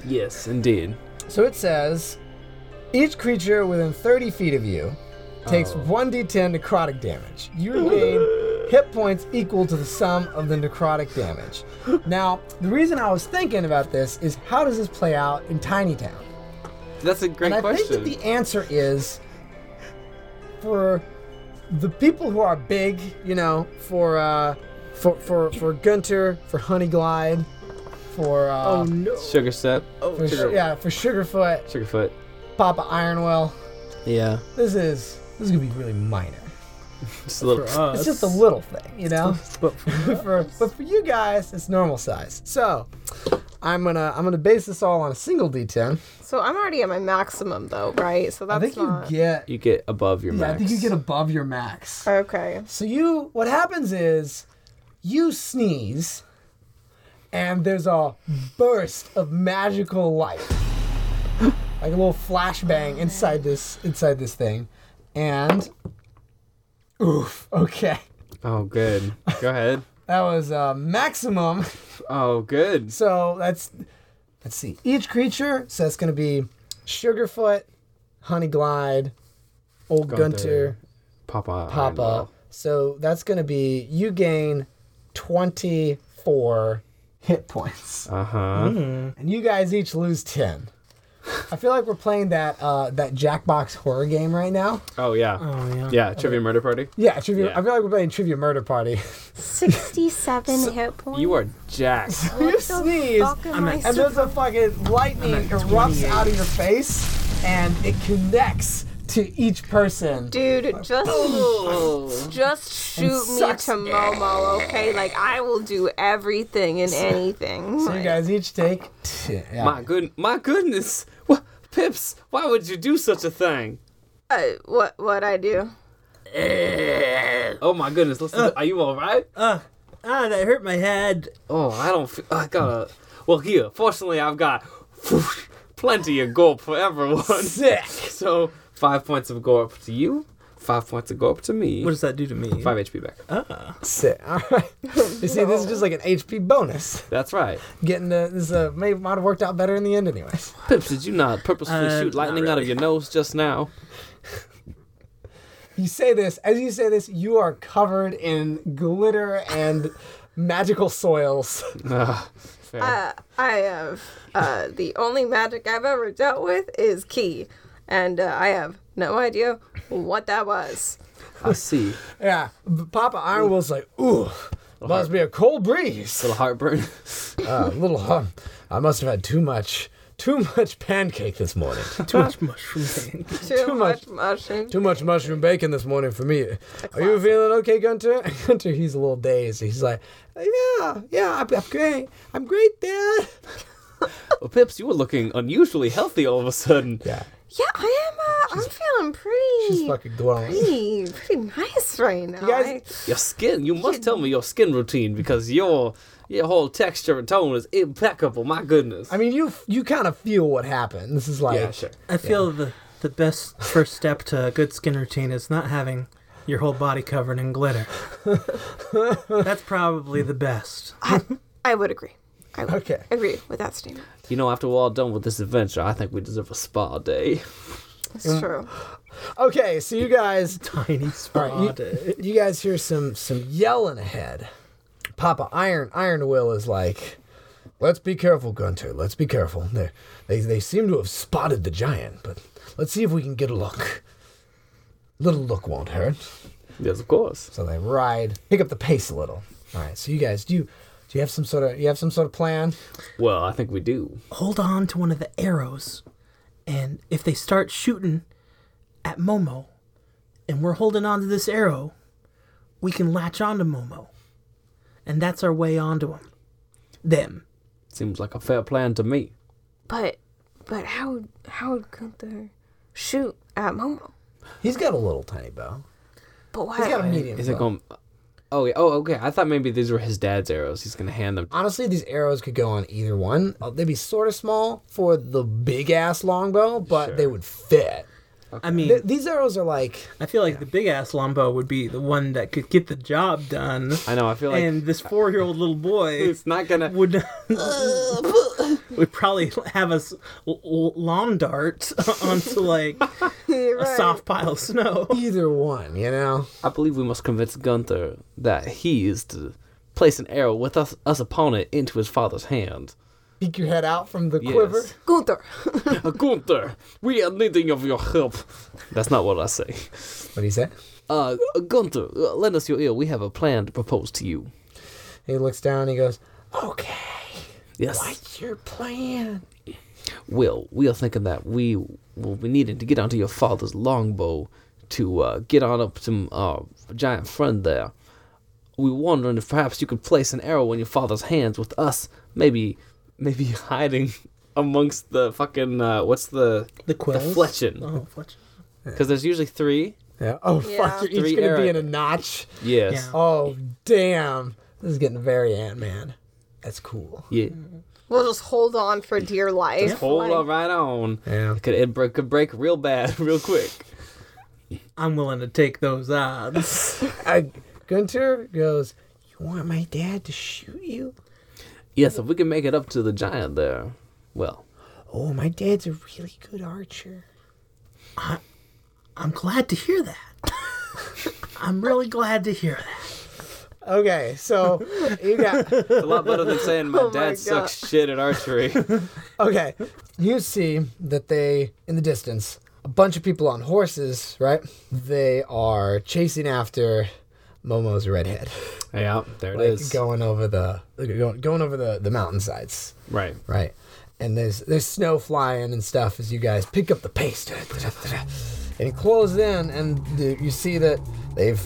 Speaker 3: Yes, indeed.
Speaker 5: So it says, each
Speaker 3: Oh.
Speaker 5: creature within 30 feet of you takes 1d10 necrotic damage. You regain hit points equal to the sum of the necrotic damage. Now, the reason I was thinking about this is how does this play out in Tiny Town?
Speaker 3: That's a great
Speaker 5: And I
Speaker 3: question.
Speaker 5: think that the answer is for the people who are big, you know, for uh, for for for Gunter, for Honeyglide, for uh,
Speaker 2: Oh no.
Speaker 3: Sugar step.
Speaker 5: for Su- yeah, for Sugarfoot,
Speaker 3: Sugarfoot.
Speaker 5: Papa Ironwell.
Speaker 3: Yeah.
Speaker 5: This is this is gonna be really minor.
Speaker 3: Just a little.
Speaker 2: For us.
Speaker 5: It's just a little thing, you know.
Speaker 2: But for
Speaker 5: for, but for you guys, it's normal size. So I'm gonna I'm gonna base this all on a single D10.
Speaker 6: So I'm already at my maximum though, right? So
Speaker 5: I
Speaker 6: that's
Speaker 5: think
Speaker 6: not
Speaker 5: you get
Speaker 3: You get above your
Speaker 5: yeah,
Speaker 3: max.
Speaker 5: I think you get above your max.
Speaker 6: okay.
Speaker 5: So you, what happens is, you sneeze, and there's a burst of magical light, like a little flashbang inside this inside this thing, and oof. Okay,
Speaker 3: oh, good. Go ahead.
Speaker 5: that was a maximum.
Speaker 3: Oh, good.
Speaker 5: So that's let's see. Each creature, so that's gonna be Sugarfoot, Honeyglide, Old Gunter,
Speaker 3: Papa.
Speaker 5: Papa.
Speaker 3: Ironwell.
Speaker 5: So that's going to be you gain 24 hit points,
Speaker 3: Uh huh.
Speaker 5: Mm. and you guys each lose 10. I feel like we're playing that uh, that Jackbox horror game right now.
Speaker 3: Oh yeah.
Speaker 2: Oh, yeah.
Speaker 3: Trivia murder party.
Speaker 5: Yeah, trivia.
Speaker 3: Yeah.
Speaker 5: I feel like we're playing Trivia Murder Party.
Speaker 6: 67 hit points.
Speaker 3: You are jacked.
Speaker 5: you sneeze, and there's a fucking lightning erupts out of your face, and it connects to each person.
Speaker 6: Dude,
Speaker 5: Oh.
Speaker 6: just just shoot me
Speaker 5: sucks
Speaker 6: to Momo, okay? Like I will do everything and anything.
Speaker 5: So you
Speaker 6: Like,
Speaker 5: guys each take. T- yeah.
Speaker 3: My good. My goodness. What, Pips? Why would you do such a thing?
Speaker 6: uh, what what I do?
Speaker 3: Oh my goodness. Listen.
Speaker 5: Uh,
Speaker 3: are you all right?
Speaker 2: ah, that hurt my head.
Speaker 3: Oh, I don't. Feel, I gotta. Well, here. Fortunately, I've got plenty of gulp for everyone.
Speaker 5: Sick.
Speaker 3: So five points of gulp to you. Five points of gulp to me.
Speaker 2: What does that do to me?
Speaker 3: Five HP back.
Speaker 5: Uh. Sick. All right. You see, this is just like an HP bonus.
Speaker 3: That's right.
Speaker 5: getting the this uh, may might have worked out better in the end anyways.
Speaker 3: Pips, did you not purposefully
Speaker 2: Uh,
Speaker 3: shoot
Speaker 2: not
Speaker 3: lightning out of
Speaker 2: really.
Speaker 3: your nose just now?
Speaker 5: You say this as you say this, you are covered in glitter and magical soils.
Speaker 3: Ugh, fair.
Speaker 6: Uh, I have uh, the only magic I've ever dealt with is key, and uh, I have no idea what that was.
Speaker 3: I see.
Speaker 5: yeah, but Papa Ironwill's like, ooh, must be a cold breeze.
Speaker 3: little heartburn.
Speaker 5: Uh, little hum. I must have had too much, too much pancake this morning.
Speaker 2: Too much mushroom pain.
Speaker 6: Too, much,
Speaker 5: much-
Speaker 6: mushroom.
Speaker 5: Too much mushroom bacon this morning for me. Are you feeling okay, Gunter? Gunter, he's a little dazed. He's like, yeah, yeah, I'm, I'm great. I'm great, Dad.
Speaker 3: Well, Pips, you were looking unusually healthy all of a sudden.
Speaker 5: Yeah,
Speaker 6: Yeah, I am. Uh, I'm feeling pretty.
Speaker 5: she's fucking glowing.
Speaker 6: pretty, pretty nice right now.
Speaker 5: guys-
Speaker 3: Your skin, you must tell me your skin routine because your your whole texture and tone is impeccable. My goodness.
Speaker 5: I mean, you you kind of feel what happened. This is like
Speaker 3: yeah, sure.
Speaker 2: I feel the the best first step to a good skin routine is not having your whole body covered in glitter. That's probably the best.
Speaker 6: I, I, I would agree. I would
Speaker 5: Okay.
Speaker 6: agree with that statement.
Speaker 3: You know, after we're all done with this adventure, I think we deserve a spa day.
Speaker 6: It's
Speaker 5: Um,
Speaker 6: true.
Speaker 5: okay. So you guys,
Speaker 2: Tiny
Speaker 5: all right,
Speaker 2: spot.
Speaker 5: you, you guys hear some some yelling ahead. Papa Iron Iron Will is like, let's be careful, Gunter. Let's be careful. They they they seem to have spotted the giant, but let's see if we can get a look. Little look won't hurt.
Speaker 3: Yes, of course.
Speaker 5: So they ride, pick up the pace a little. All right. So you guys, do you do you have some sort of you have some sort of plan?
Speaker 3: Well, I think we do.
Speaker 2: Hold on to one of the arrows, and if they start shooting at Momo, and we're holding on to this arrow, we can latch onto Momo, and that's our way onto him. Them.
Speaker 3: Seems like a fair plan to me.
Speaker 6: But, but how how would Gunther shoot at Momo?
Speaker 5: He's got a little tiny bow.
Speaker 6: But why?
Speaker 5: He's got a medium.
Speaker 3: Is it
Speaker 5: bow.
Speaker 3: going? Oh, yeah. oh, okay. I thought maybe these were his dad's arrows. He's gonna hand them.
Speaker 5: honestly, these arrows could go on either one. Uh, They'd be sort of small for the big ass longbow, but they would fit.
Speaker 2: I mean,
Speaker 5: Th- these arrows are like
Speaker 2: I feel like the big ass Lombo would be the one that could get the job done.
Speaker 3: I know. I feel like
Speaker 2: and this four year old little boy
Speaker 3: it's not gonna.
Speaker 2: would would probably have us l- l- lawn dart onto like a soft pile of snow.
Speaker 5: Either one, you know?
Speaker 3: I believe we must convince Gunther that he is to place an arrow with us, us upon it into his father's hand.
Speaker 5: Peek your head out from the quiver.
Speaker 3: Yes.
Speaker 6: Gunther.
Speaker 3: Uh, Gunther, we are needing of your help. That's not what I say.
Speaker 5: What do you say?
Speaker 3: Uh, Gunther, uh, lend us your ear. We have a plan to propose to you.
Speaker 5: He looks down and he goes, Okay,
Speaker 3: Yes.
Speaker 5: what's your plan?
Speaker 3: Will, we are thinking that we will be needing to get onto your father's longbow to uh, get on up to our giant friend there. We were wondering if perhaps you could place an arrow in your father's hands with us, maybe, maybe hiding amongst the fucking uh, what's the
Speaker 2: The quills.
Speaker 3: fletching.
Speaker 2: Oh, fletching.
Speaker 3: because there's usually three.
Speaker 5: Yeah. Oh,
Speaker 6: Yeah.
Speaker 5: fuck, you're
Speaker 3: Three
Speaker 5: each going to
Speaker 3: arrow-
Speaker 5: be in a notch.
Speaker 3: Yes.
Speaker 2: Yeah.
Speaker 5: Oh, damn. This is getting very Ant Man. That's cool.
Speaker 3: Yeah.
Speaker 6: We'll just hold on for dear life.
Speaker 3: Hold
Speaker 6: Like,
Speaker 3: on right on.
Speaker 5: Yeah.
Speaker 3: It could it break, could break real bad, real quick.
Speaker 2: I'm willing to take those odds.
Speaker 5: I, Gunter goes, You want my dad to shoot you?
Speaker 3: Yes, if we can make it up to the giant there, well,
Speaker 5: Oh, my dad's a really good archer.
Speaker 2: I'm glad to hear that. I'm really glad to hear that.
Speaker 5: Okay, so you got.
Speaker 3: it's a lot better than saying Oh my dad sucks shit at archery.
Speaker 5: Okay, you see that they, in the distance, a bunch of people on horses, right? They are chasing after Momo's redhead,
Speaker 3: yeah, there it
Speaker 5: like
Speaker 3: is.
Speaker 5: going over the going, going over the the mountainsides,
Speaker 3: Right.
Speaker 5: right? And there's there's snow flying and stuff as you guys pick up the pace, and it closes in, and the, you see that they've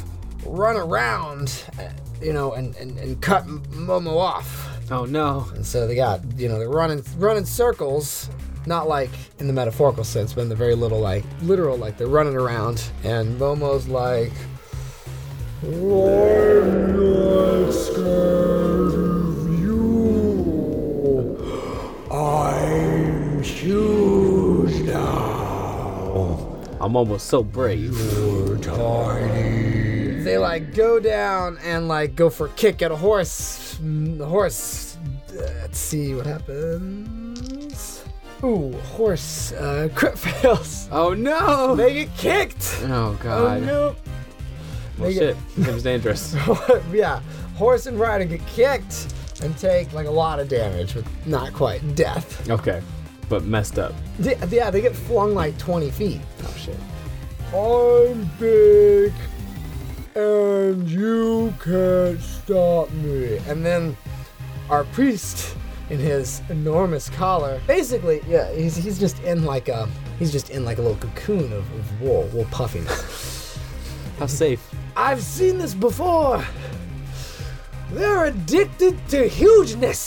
Speaker 5: run around, uh, you know, and and, and cut Momo off.
Speaker 3: Oh no.
Speaker 5: And so they got, you know, they're running running circles, not like in the metaphorical sense, but in the very little like literal, like they're running around. And Momo's like I'm not scared of you. I'm huge now.
Speaker 3: I'm almost so brave.
Speaker 5: You're tiny. They like go down and like go for a kick at a horse. Mm, The horse. uh, Let's see what happens. Ooh, horse uh, crit fails.
Speaker 3: Oh no.
Speaker 5: They get kicked.
Speaker 3: Oh
Speaker 5: Oh
Speaker 3: god.
Speaker 5: no.
Speaker 3: Well,
Speaker 5: They
Speaker 3: shit.
Speaker 5: get-
Speaker 3: It was dangerous.
Speaker 5: yeah, horse and rider get kicked and take like a lot of damage, but not quite death.
Speaker 3: okay, but messed up.
Speaker 5: Th- yeah, they get flung like 20 feet. Oh shit. I'm big and you can't stop me. And then our priest in his enormous collar. Basically, yeah, he's, he's just in like a he's just in like a little cocoon of, of wool, wool puffiness.
Speaker 3: How safe?
Speaker 5: I've seen this before. They're addicted to hugeness.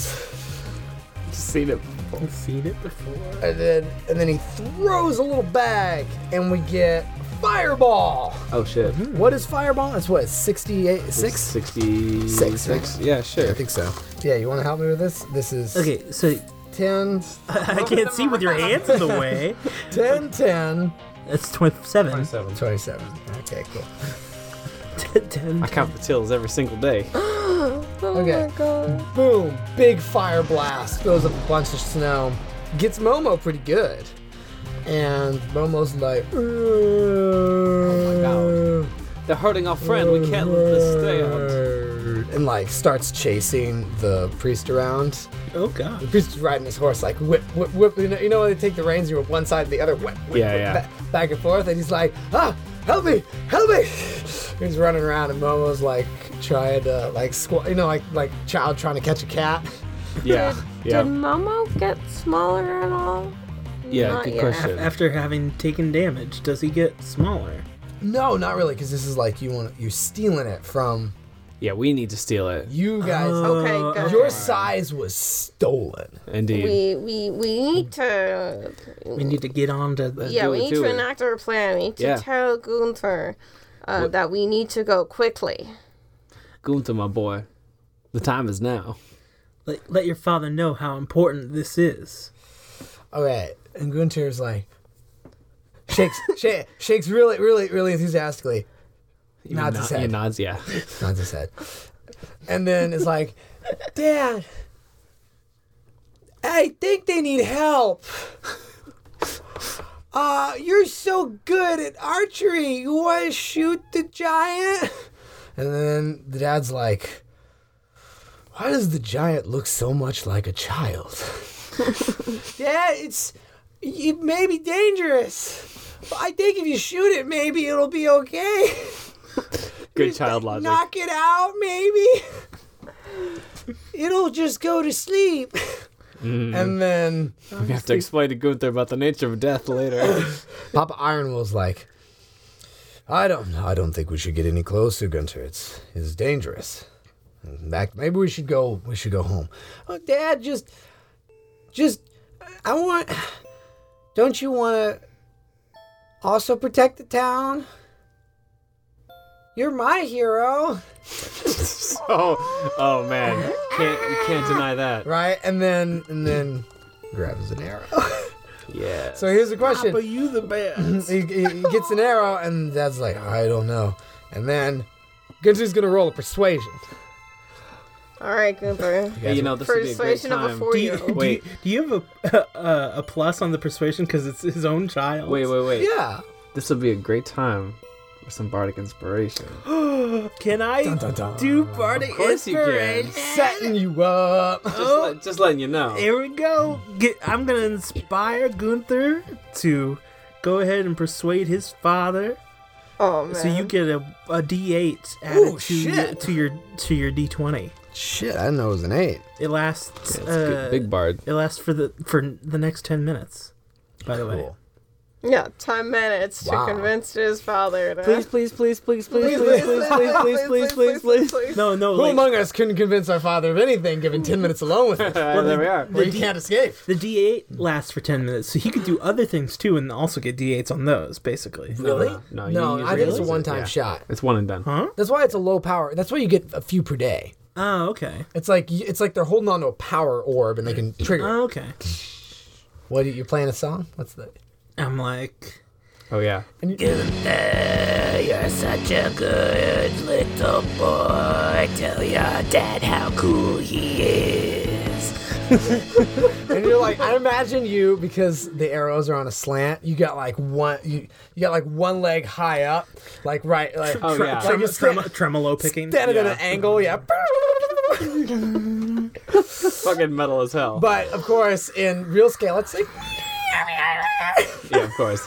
Speaker 3: Seen it.
Speaker 2: I've seen it before.
Speaker 5: And then and then he throws a little bag and we get fireball.
Speaker 3: Oh shit.
Speaker 5: What is fireball? It's what 68 6
Speaker 3: Sixty.
Speaker 5: Six,
Speaker 3: Six.
Speaker 5: right?
Speaker 3: Yeah, sure.
Speaker 5: I think so. Yeah, you want to help me with this? This is
Speaker 2: Okay, so
Speaker 5: 10
Speaker 2: I can't see with your hands in the way.
Speaker 5: 10 10
Speaker 2: That's 27.
Speaker 3: Seven.
Speaker 5: 27. Okay, cool.
Speaker 2: 10.
Speaker 3: I count the tills every single day.
Speaker 5: Okay. Boom. Big fire blast goes up a bunch of snow. Gets Momo pretty good. And Momo's like, oh
Speaker 3: They're hurting our friend. We can't let this stay on.
Speaker 5: And like starts chasing the priest around.
Speaker 2: Oh, God.
Speaker 5: The priest is riding his horse like whip, whip, whip. You know, you know when they take the reins, you whip one side, the other whip, whip,
Speaker 3: Yeah,
Speaker 5: whip,
Speaker 3: yeah.
Speaker 5: ba- Back, and forth, and he's like, ah, help me, help me. He's running around, and Momo's like trying to like squat, you know, like like child trying to catch a cat.
Speaker 3: Yeah.
Speaker 6: Did
Speaker 3: Yeah.
Speaker 6: Momo get smaller at all?
Speaker 3: Yeah.
Speaker 6: Not
Speaker 3: Good
Speaker 6: yet.
Speaker 3: question.
Speaker 2: After having taken damage, does he get smaller?
Speaker 5: No, not really, because this is like you want you're stealing it from
Speaker 3: Yeah, we need to steal it.
Speaker 5: you guys.
Speaker 6: Okay,
Speaker 3: Uh,
Speaker 6: good.
Speaker 5: Your size was stolen.
Speaker 3: Indeed.
Speaker 6: we, we we need to
Speaker 2: We need to get on to the.
Speaker 6: yeah
Speaker 3: do
Speaker 6: we
Speaker 3: it
Speaker 6: need
Speaker 3: to
Speaker 6: to
Speaker 3: her.
Speaker 6: enact our plan. We need to
Speaker 3: Yeah.
Speaker 6: tell Gunther uh, that we need to go quickly.
Speaker 3: Gunther, my boy, the time is now.
Speaker 2: Let, let your father know how important this is.
Speaker 5: All right, and Gunter's like shakes, shakes, shakes really, really, really enthusiastically.
Speaker 3: He
Speaker 5: Nods
Speaker 3: nod-
Speaker 5: his head.
Speaker 3: He nods, yeah.
Speaker 5: nods his head. And then it's like, Dad, I think they need help. Uh, you're so good at archery. You want to shoot the giant? And then the dad's like, Why does the giant look so much like a child? Dad, it's. It may be dangerous. But I think if you shoot it, maybe it'll be okay.
Speaker 3: Good child logic.
Speaker 5: Knock it out, maybe. It'll just go to sleep.
Speaker 3: Mm-hmm.
Speaker 5: And then
Speaker 3: we have to explain to Gunther about the nature of death later.
Speaker 5: Papa Ironwill's like, I don't, I don't think we should get any closer, Gunter. It's, it's dangerous. In fact, maybe we should go. We should go home. Oh, Dad, just, just, I want. Don't you want to also protect the town? You're my hero,
Speaker 3: oh, oh man, can't you can't deny that.
Speaker 5: right? And then, and then, grabs an arrow.
Speaker 3: Yeah.
Speaker 5: so here's the question:
Speaker 2: But you the man.
Speaker 5: he, he- he gets an arrow, and Dad's like, I don't know. And then Gunter's gonna roll a persuasion.
Speaker 6: All right, Cooper.
Speaker 3: Hey, you know this would be a great
Speaker 6: Persuasion of a
Speaker 3: time.
Speaker 2: Do you,
Speaker 6: four-year-old.
Speaker 2: do, you,
Speaker 3: Wait.
Speaker 2: do you have a uh, a plus on the persuasion because it's his own child?
Speaker 3: Wait, wait, wait.
Speaker 5: Yeah.
Speaker 3: This would be a great time for some bardic inspiration.
Speaker 2: Can I do bardic inspiration?
Speaker 5: Setting you up.
Speaker 3: Just,
Speaker 6: Oh.
Speaker 3: let- just letting you know.
Speaker 2: Here we go. Get, I'm gonna inspire Gunther to go ahead and persuade his father.
Speaker 6: Oh man.
Speaker 2: So you get a, a D8 added
Speaker 5: Ooh,
Speaker 2: to, your-
Speaker 5: shit.
Speaker 2: to your to your D20.
Speaker 5: Shit, I didn't know it was an eight.
Speaker 2: It lasts.
Speaker 3: That's
Speaker 2: uh,
Speaker 3: good. Big bard.
Speaker 2: It lasts for the for the next ten minutes. By the way,
Speaker 6: yeah, ten minutes
Speaker 5: Wow.
Speaker 6: to convince his father. To...
Speaker 3: Please, please, please, please, please, please, please, please, please, please, please, please.
Speaker 2: no, no.
Speaker 5: Who
Speaker 2: like,
Speaker 5: among us couldn't convince our father of anything given 10 minutes alone with him?
Speaker 3: Alright, Uh, there we are.
Speaker 5: Where you can't escape.
Speaker 2: the D8 lasts for ten minutes, so he could do other things too, and also get D8s on those. Basically,
Speaker 5: Really?
Speaker 3: No,
Speaker 5: No,
Speaker 3: you- you
Speaker 5: I think it's
Speaker 3: really-
Speaker 5: a one time
Speaker 3: yeah.
Speaker 5: shot.
Speaker 3: It's one and done.
Speaker 5: That's why it's a low power. That's why you get a few per day.
Speaker 2: Oh, okay.
Speaker 5: It's like it's like they're holding on to a power orb and they can trigger. it.
Speaker 2: Oh, okay.
Speaker 5: What you playing a song? What's the
Speaker 2: I'm like,
Speaker 3: Oh yeah.
Speaker 8: You're such a good little boy. Tell your dad how cool he is.
Speaker 5: And you're like, I imagine you because the arrows are on a slant. You got like one, you, you got like one leg high up, like right, like
Speaker 3: Oh,
Speaker 2: tre-
Speaker 3: yeah.
Speaker 2: trem-
Speaker 5: Like, it's sta-
Speaker 2: trem- tremolo picking.
Speaker 5: standing at
Speaker 3: Yeah.
Speaker 5: an angle. Yeah.
Speaker 3: Fucking metal as hell.
Speaker 5: But of course, in real scale, it's like,
Speaker 3: yeah, of course.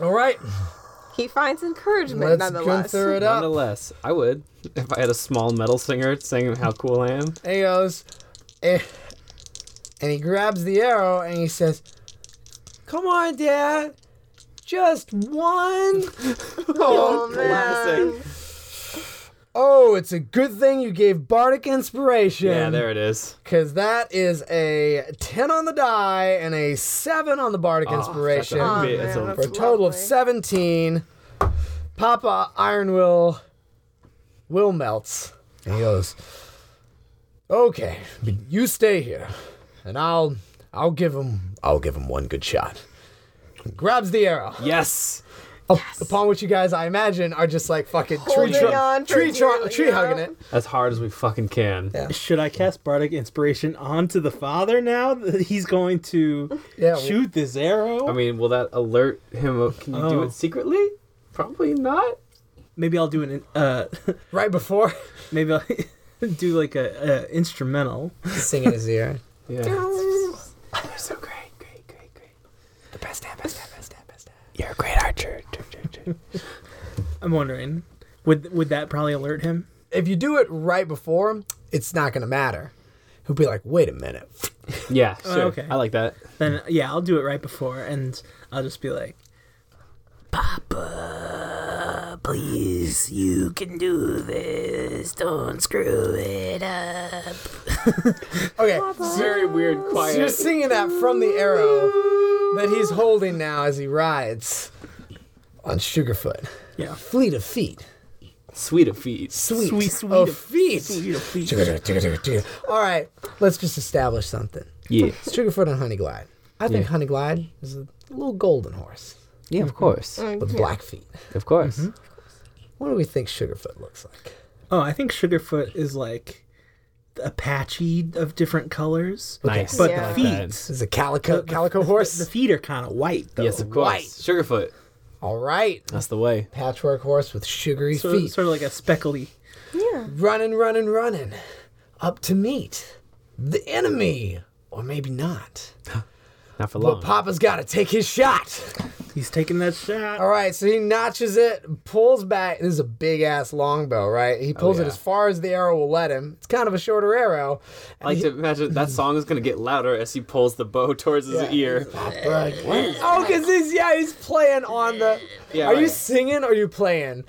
Speaker 5: all right,
Speaker 6: He finds encouragement
Speaker 5: let's
Speaker 6: nonetheless.
Speaker 5: Gunther it up.
Speaker 3: Nonetheless, I would if I had a small metal singer singing how cool I am.
Speaker 5: And he goes, eh, and he grabs the arrow and he says, "Come on, Dad, just one."
Speaker 6: Oh man.
Speaker 3: Classic.
Speaker 5: Oh, it's a good thing you gave Bardic inspiration.
Speaker 3: Yeah, there it is.
Speaker 5: Because that is a 10 on the die and a 7 on the Bardic Inspiration.
Speaker 3: That's a bit-
Speaker 6: Oh,
Speaker 3: that's a-
Speaker 6: man,
Speaker 5: for a total of
Speaker 6: Ah, lovely.
Speaker 5: 17. Papa Ironwill will melts. And he goes, Okay, but you stay here. And I'll I'll give him I'll give him one good shot. Grabs the arrow.
Speaker 3: yes.
Speaker 5: up- Upon which you guys, I imagine, are just like fucking tree,
Speaker 6: Holding
Speaker 5: tru-
Speaker 6: on for
Speaker 5: tree, tru-
Speaker 6: dear
Speaker 5: tree hugging
Speaker 6: life.
Speaker 5: it.
Speaker 3: As hard as we fucking can.
Speaker 2: Should I cast bardic inspiration onto the father now that he's going to
Speaker 5: Yeah, well-
Speaker 2: shoot this arrow?
Speaker 3: I mean, will that alert him? Of, can you do
Speaker 2: Oh.
Speaker 3: it secretly? Probably not.
Speaker 2: maybe I'll do an uh,
Speaker 5: Right before
Speaker 2: maybe I'll do like a, a instrumental.
Speaker 5: singing his ear.
Speaker 3: Yeah. You're
Speaker 8: So great, great, great, great. The best dad, best dad, best dad, best dad.
Speaker 3: a great archer.
Speaker 2: I'm wondering, would would that probably alert him?
Speaker 5: if you do it right before, it's not gonna matter. He'll be like, wait a minute.
Speaker 3: Yeah, sure.
Speaker 2: Oh, okay.
Speaker 3: I like that.
Speaker 2: Then yeah, I'll do it right before, and I'll just be like,
Speaker 8: Please, you can do this. Don't screw it up.
Speaker 5: Okay.
Speaker 3: Very weird,
Speaker 5: So you're
Speaker 3: quiet.
Speaker 5: singing that from the arrow that he's holding now as he rides on Sugarfoot.
Speaker 2: yeah,
Speaker 5: Fleet of feet.
Speaker 3: Sweet of feet.
Speaker 5: Sweet,
Speaker 2: Sweet, sweet
Speaker 5: of
Speaker 2: of-
Speaker 5: feet.
Speaker 2: feet.
Speaker 5: All right, let's just establish something.
Speaker 3: Yeah.
Speaker 5: Sugarfoot and Honey Glide. I think Honey Glide is a little golden horse
Speaker 3: Yeah, of course.
Speaker 5: with black feet.
Speaker 3: Of course.
Speaker 2: Mm-hmm.
Speaker 5: What do we think Sugarfoot looks like?
Speaker 2: Oh, I think Sugarfoot is like a patchy of different colors.
Speaker 3: Nice.
Speaker 2: But
Speaker 6: Yeah.
Speaker 2: the
Speaker 3: That-
Speaker 2: feet,
Speaker 5: This is a calico calico horse.
Speaker 2: the feet are kind of white though.
Speaker 3: Yes, of course.
Speaker 5: White.
Speaker 3: Sugarfoot.
Speaker 5: All right.
Speaker 3: That's the way.
Speaker 5: Patchwork horse with sugary
Speaker 2: Sort of,
Speaker 5: feet.
Speaker 2: sort of like a speckly.
Speaker 5: running, running, running, up to meet the enemy, or maybe not.
Speaker 3: Not for
Speaker 5: But
Speaker 3: long.
Speaker 5: Papa's got to take his shot.
Speaker 2: He's taking that shot.
Speaker 5: All right, so he notches it, pulls back. This is a big ass longbow, right? He pulls it
Speaker 3: Oh, yeah.
Speaker 5: as far as the arrow will let him. It's kind of a shorter arrow.
Speaker 3: I like to imagine that song is going to get louder as he pulls the bow towards his ear.
Speaker 5: Oh, cause he's yeah, he's playing on the.
Speaker 3: Yeah,
Speaker 5: are you
Speaker 3: right.
Speaker 5: singing? Or are you playing?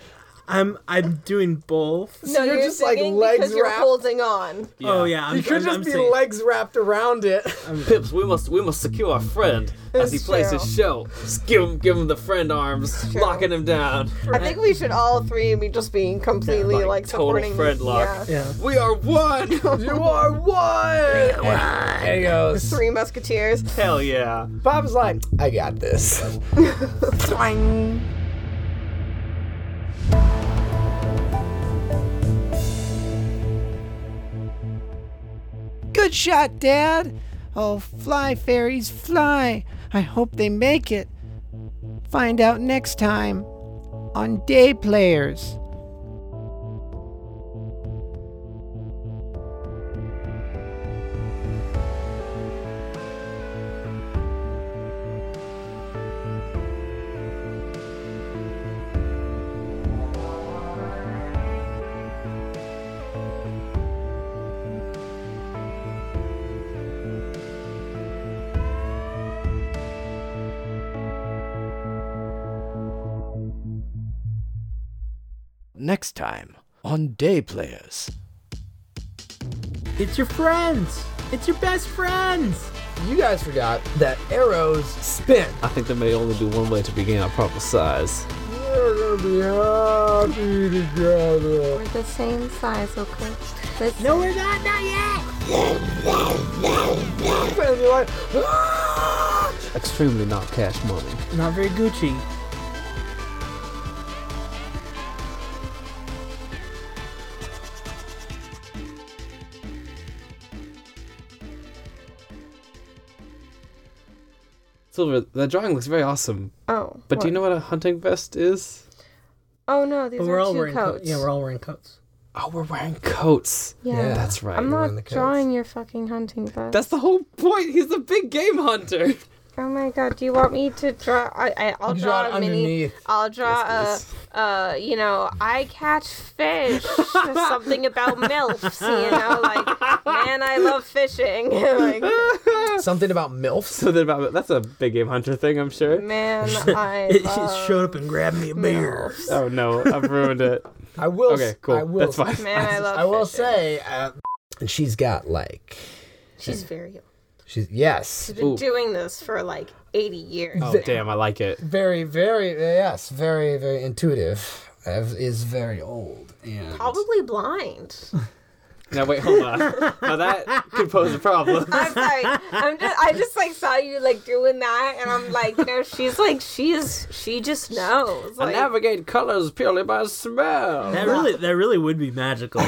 Speaker 2: I'm I'm doing both.
Speaker 6: No,
Speaker 5: you're
Speaker 6: you're,
Speaker 5: just, like,
Speaker 6: singing
Speaker 5: legs
Speaker 6: because you're
Speaker 5: wrapped?
Speaker 6: holding on.
Speaker 2: Oh yeah, I'm,
Speaker 5: You could
Speaker 2: I'm-
Speaker 5: just
Speaker 2: I'm
Speaker 5: be
Speaker 2: saying-
Speaker 5: legs wrapped around it.
Speaker 3: Pips, we must we must secure our friend as he
Speaker 6: That's
Speaker 3: plays
Speaker 6: true.
Speaker 3: his show. Just give him give him the friend arms,
Speaker 6: true.
Speaker 3: locking him down.
Speaker 6: I think we should all three be just being completely
Speaker 3: like,
Speaker 6: like,
Speaker 3: total
Speaker 6: supporting.
Speaker 3: friend lock.
Speaker 6: Yeah.
Speaker 2: Yeah.
Speaker 3: We are one.
Speaker 5: you are one. there he goes.
Speaker 6: Three musketeers.
Speaker 3: Hell yeah.
Speaker 5: Bob's like, I got this. Twang.
Speaker 9: Good shot, Dad! Oh, fly, fairies, fly! I hope they make it. Find out next time on Day Players.
Speaker 10: Next time on Day Players.
Speaker 2: It's your friends. It's your best friends.
Speaker 5: You guys forgot that arrows spin.
Speaker 3: I think there may only be one way to regain our proper size.
Speaker 5: We're gonna be happy together.
Speaker 6: We're the same size, okay? Let's
Speaker 2: No, we're not. Not yet.
Speaker 5: And you're like, "Ah!"
Speaker 3: Extremely not cash money.
Speaker 2: Not very Gucci.
Speaker 3: Silver, that drawing looks very awesome.
Speaker 6: Oh.
Speaker 3: But do you
Speaker 6: what?
Speaker 3: know what a hunting vest is?
Speaker 6: Oh no, these
Speaker 2: But
Speaker 6: are
Speaker 2: we're all
Speaker 6: two
Speaker 2: wearing
Speaker 6: coats.
Speaker 2: coats. yeah, we're all wearing coats.
Speaker 3: Oh, we're wearing coats.
Speaker 6: Yeah.
Speaker 5: Yeah.
Speaker 3: That's right.
Speaker 6: I'm
Speaker 5: wearing the
Speaker 6: not
Speaker 5: coats.
Speaker 6: drawing your fucking hunting vest.
Speaker 3: That's the whole point. He's a big game hunter.
Speaker 6: oh my god, do you want me to draw? I, I, I'll
Speaker 5: You
Speaker 6: draw,
Speaker 5: draw it
Speaker 6: a mini.
Speaker 5: underneath.
Speaker 6: I'll draw a, uh, you know, I catch fish. something about milfs, you know, like man, I love fishing. like
Speaker 5: Something about MILFs.
Speaker 3: So then about that's a big game hunter thing, I'm sure.
Speaker 6: man, I.
Speaker 2: It, it
Speaker 6: love
Speaker 2: showed up and grabbed me a beer.
Speaker 3: Oh no, I've ruined it.
Speaker 5: I will.
Speaker 3: Okay, cool.
Speaker 5: I will,
Speaker 3: That's fine.
Speaker 6: Man, I love.
Speaker 5: I will
Speaker 6: fishing.
Speaker 5: say, uh, she's got like,
Speaker 6: she's very. young.
Speaker 5: she's yes,
Speaker 6: She's been
Speaker 3: Ooh.
Speaker 6: doing this for like 80 years.
Speaker 3: Oh damn, I like it.
Speaker 5: very, very yes, very, very intuitive. Uh, Is very old and
Speaker 6: Probably blind.
Speaker 3: Now wait, hold on. Now that could pose a problem.
Speaker 6: I'm sorry. I'm just, I just like saw you like doing that, and I'm like, you know, she's like, she is, she just knows.
Speaker 3: I
Speaker 6: Like,
Speaker 3: navigate colors purely by smell.
Speaker 6: Uh,
Speaker 2: That really, that really would be magical.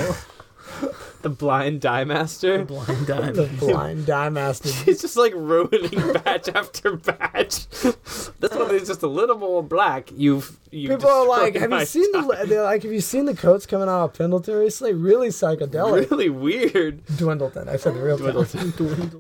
Speaker 3: The blind die master.
Speaker 2: Blind dive.
Speaker 5: blind die master.
Speaker 3: He's just like ruining batch after batch. this one is just a little more black. You've you
Speaker 5: People are like,
Speaker 3: destroyed
Speaker 5: have
Speaker 3: my
Speaker 5: you seen
Speaker 3: time."
Speaker 5: the? They're like, have you seen the coats coming out of Pendleton recently? Really psychedelic.
Speaker 3: Really weird.
Speaker 5: Dwindleton. I said the real thing.
Speaker 2: Dwindle.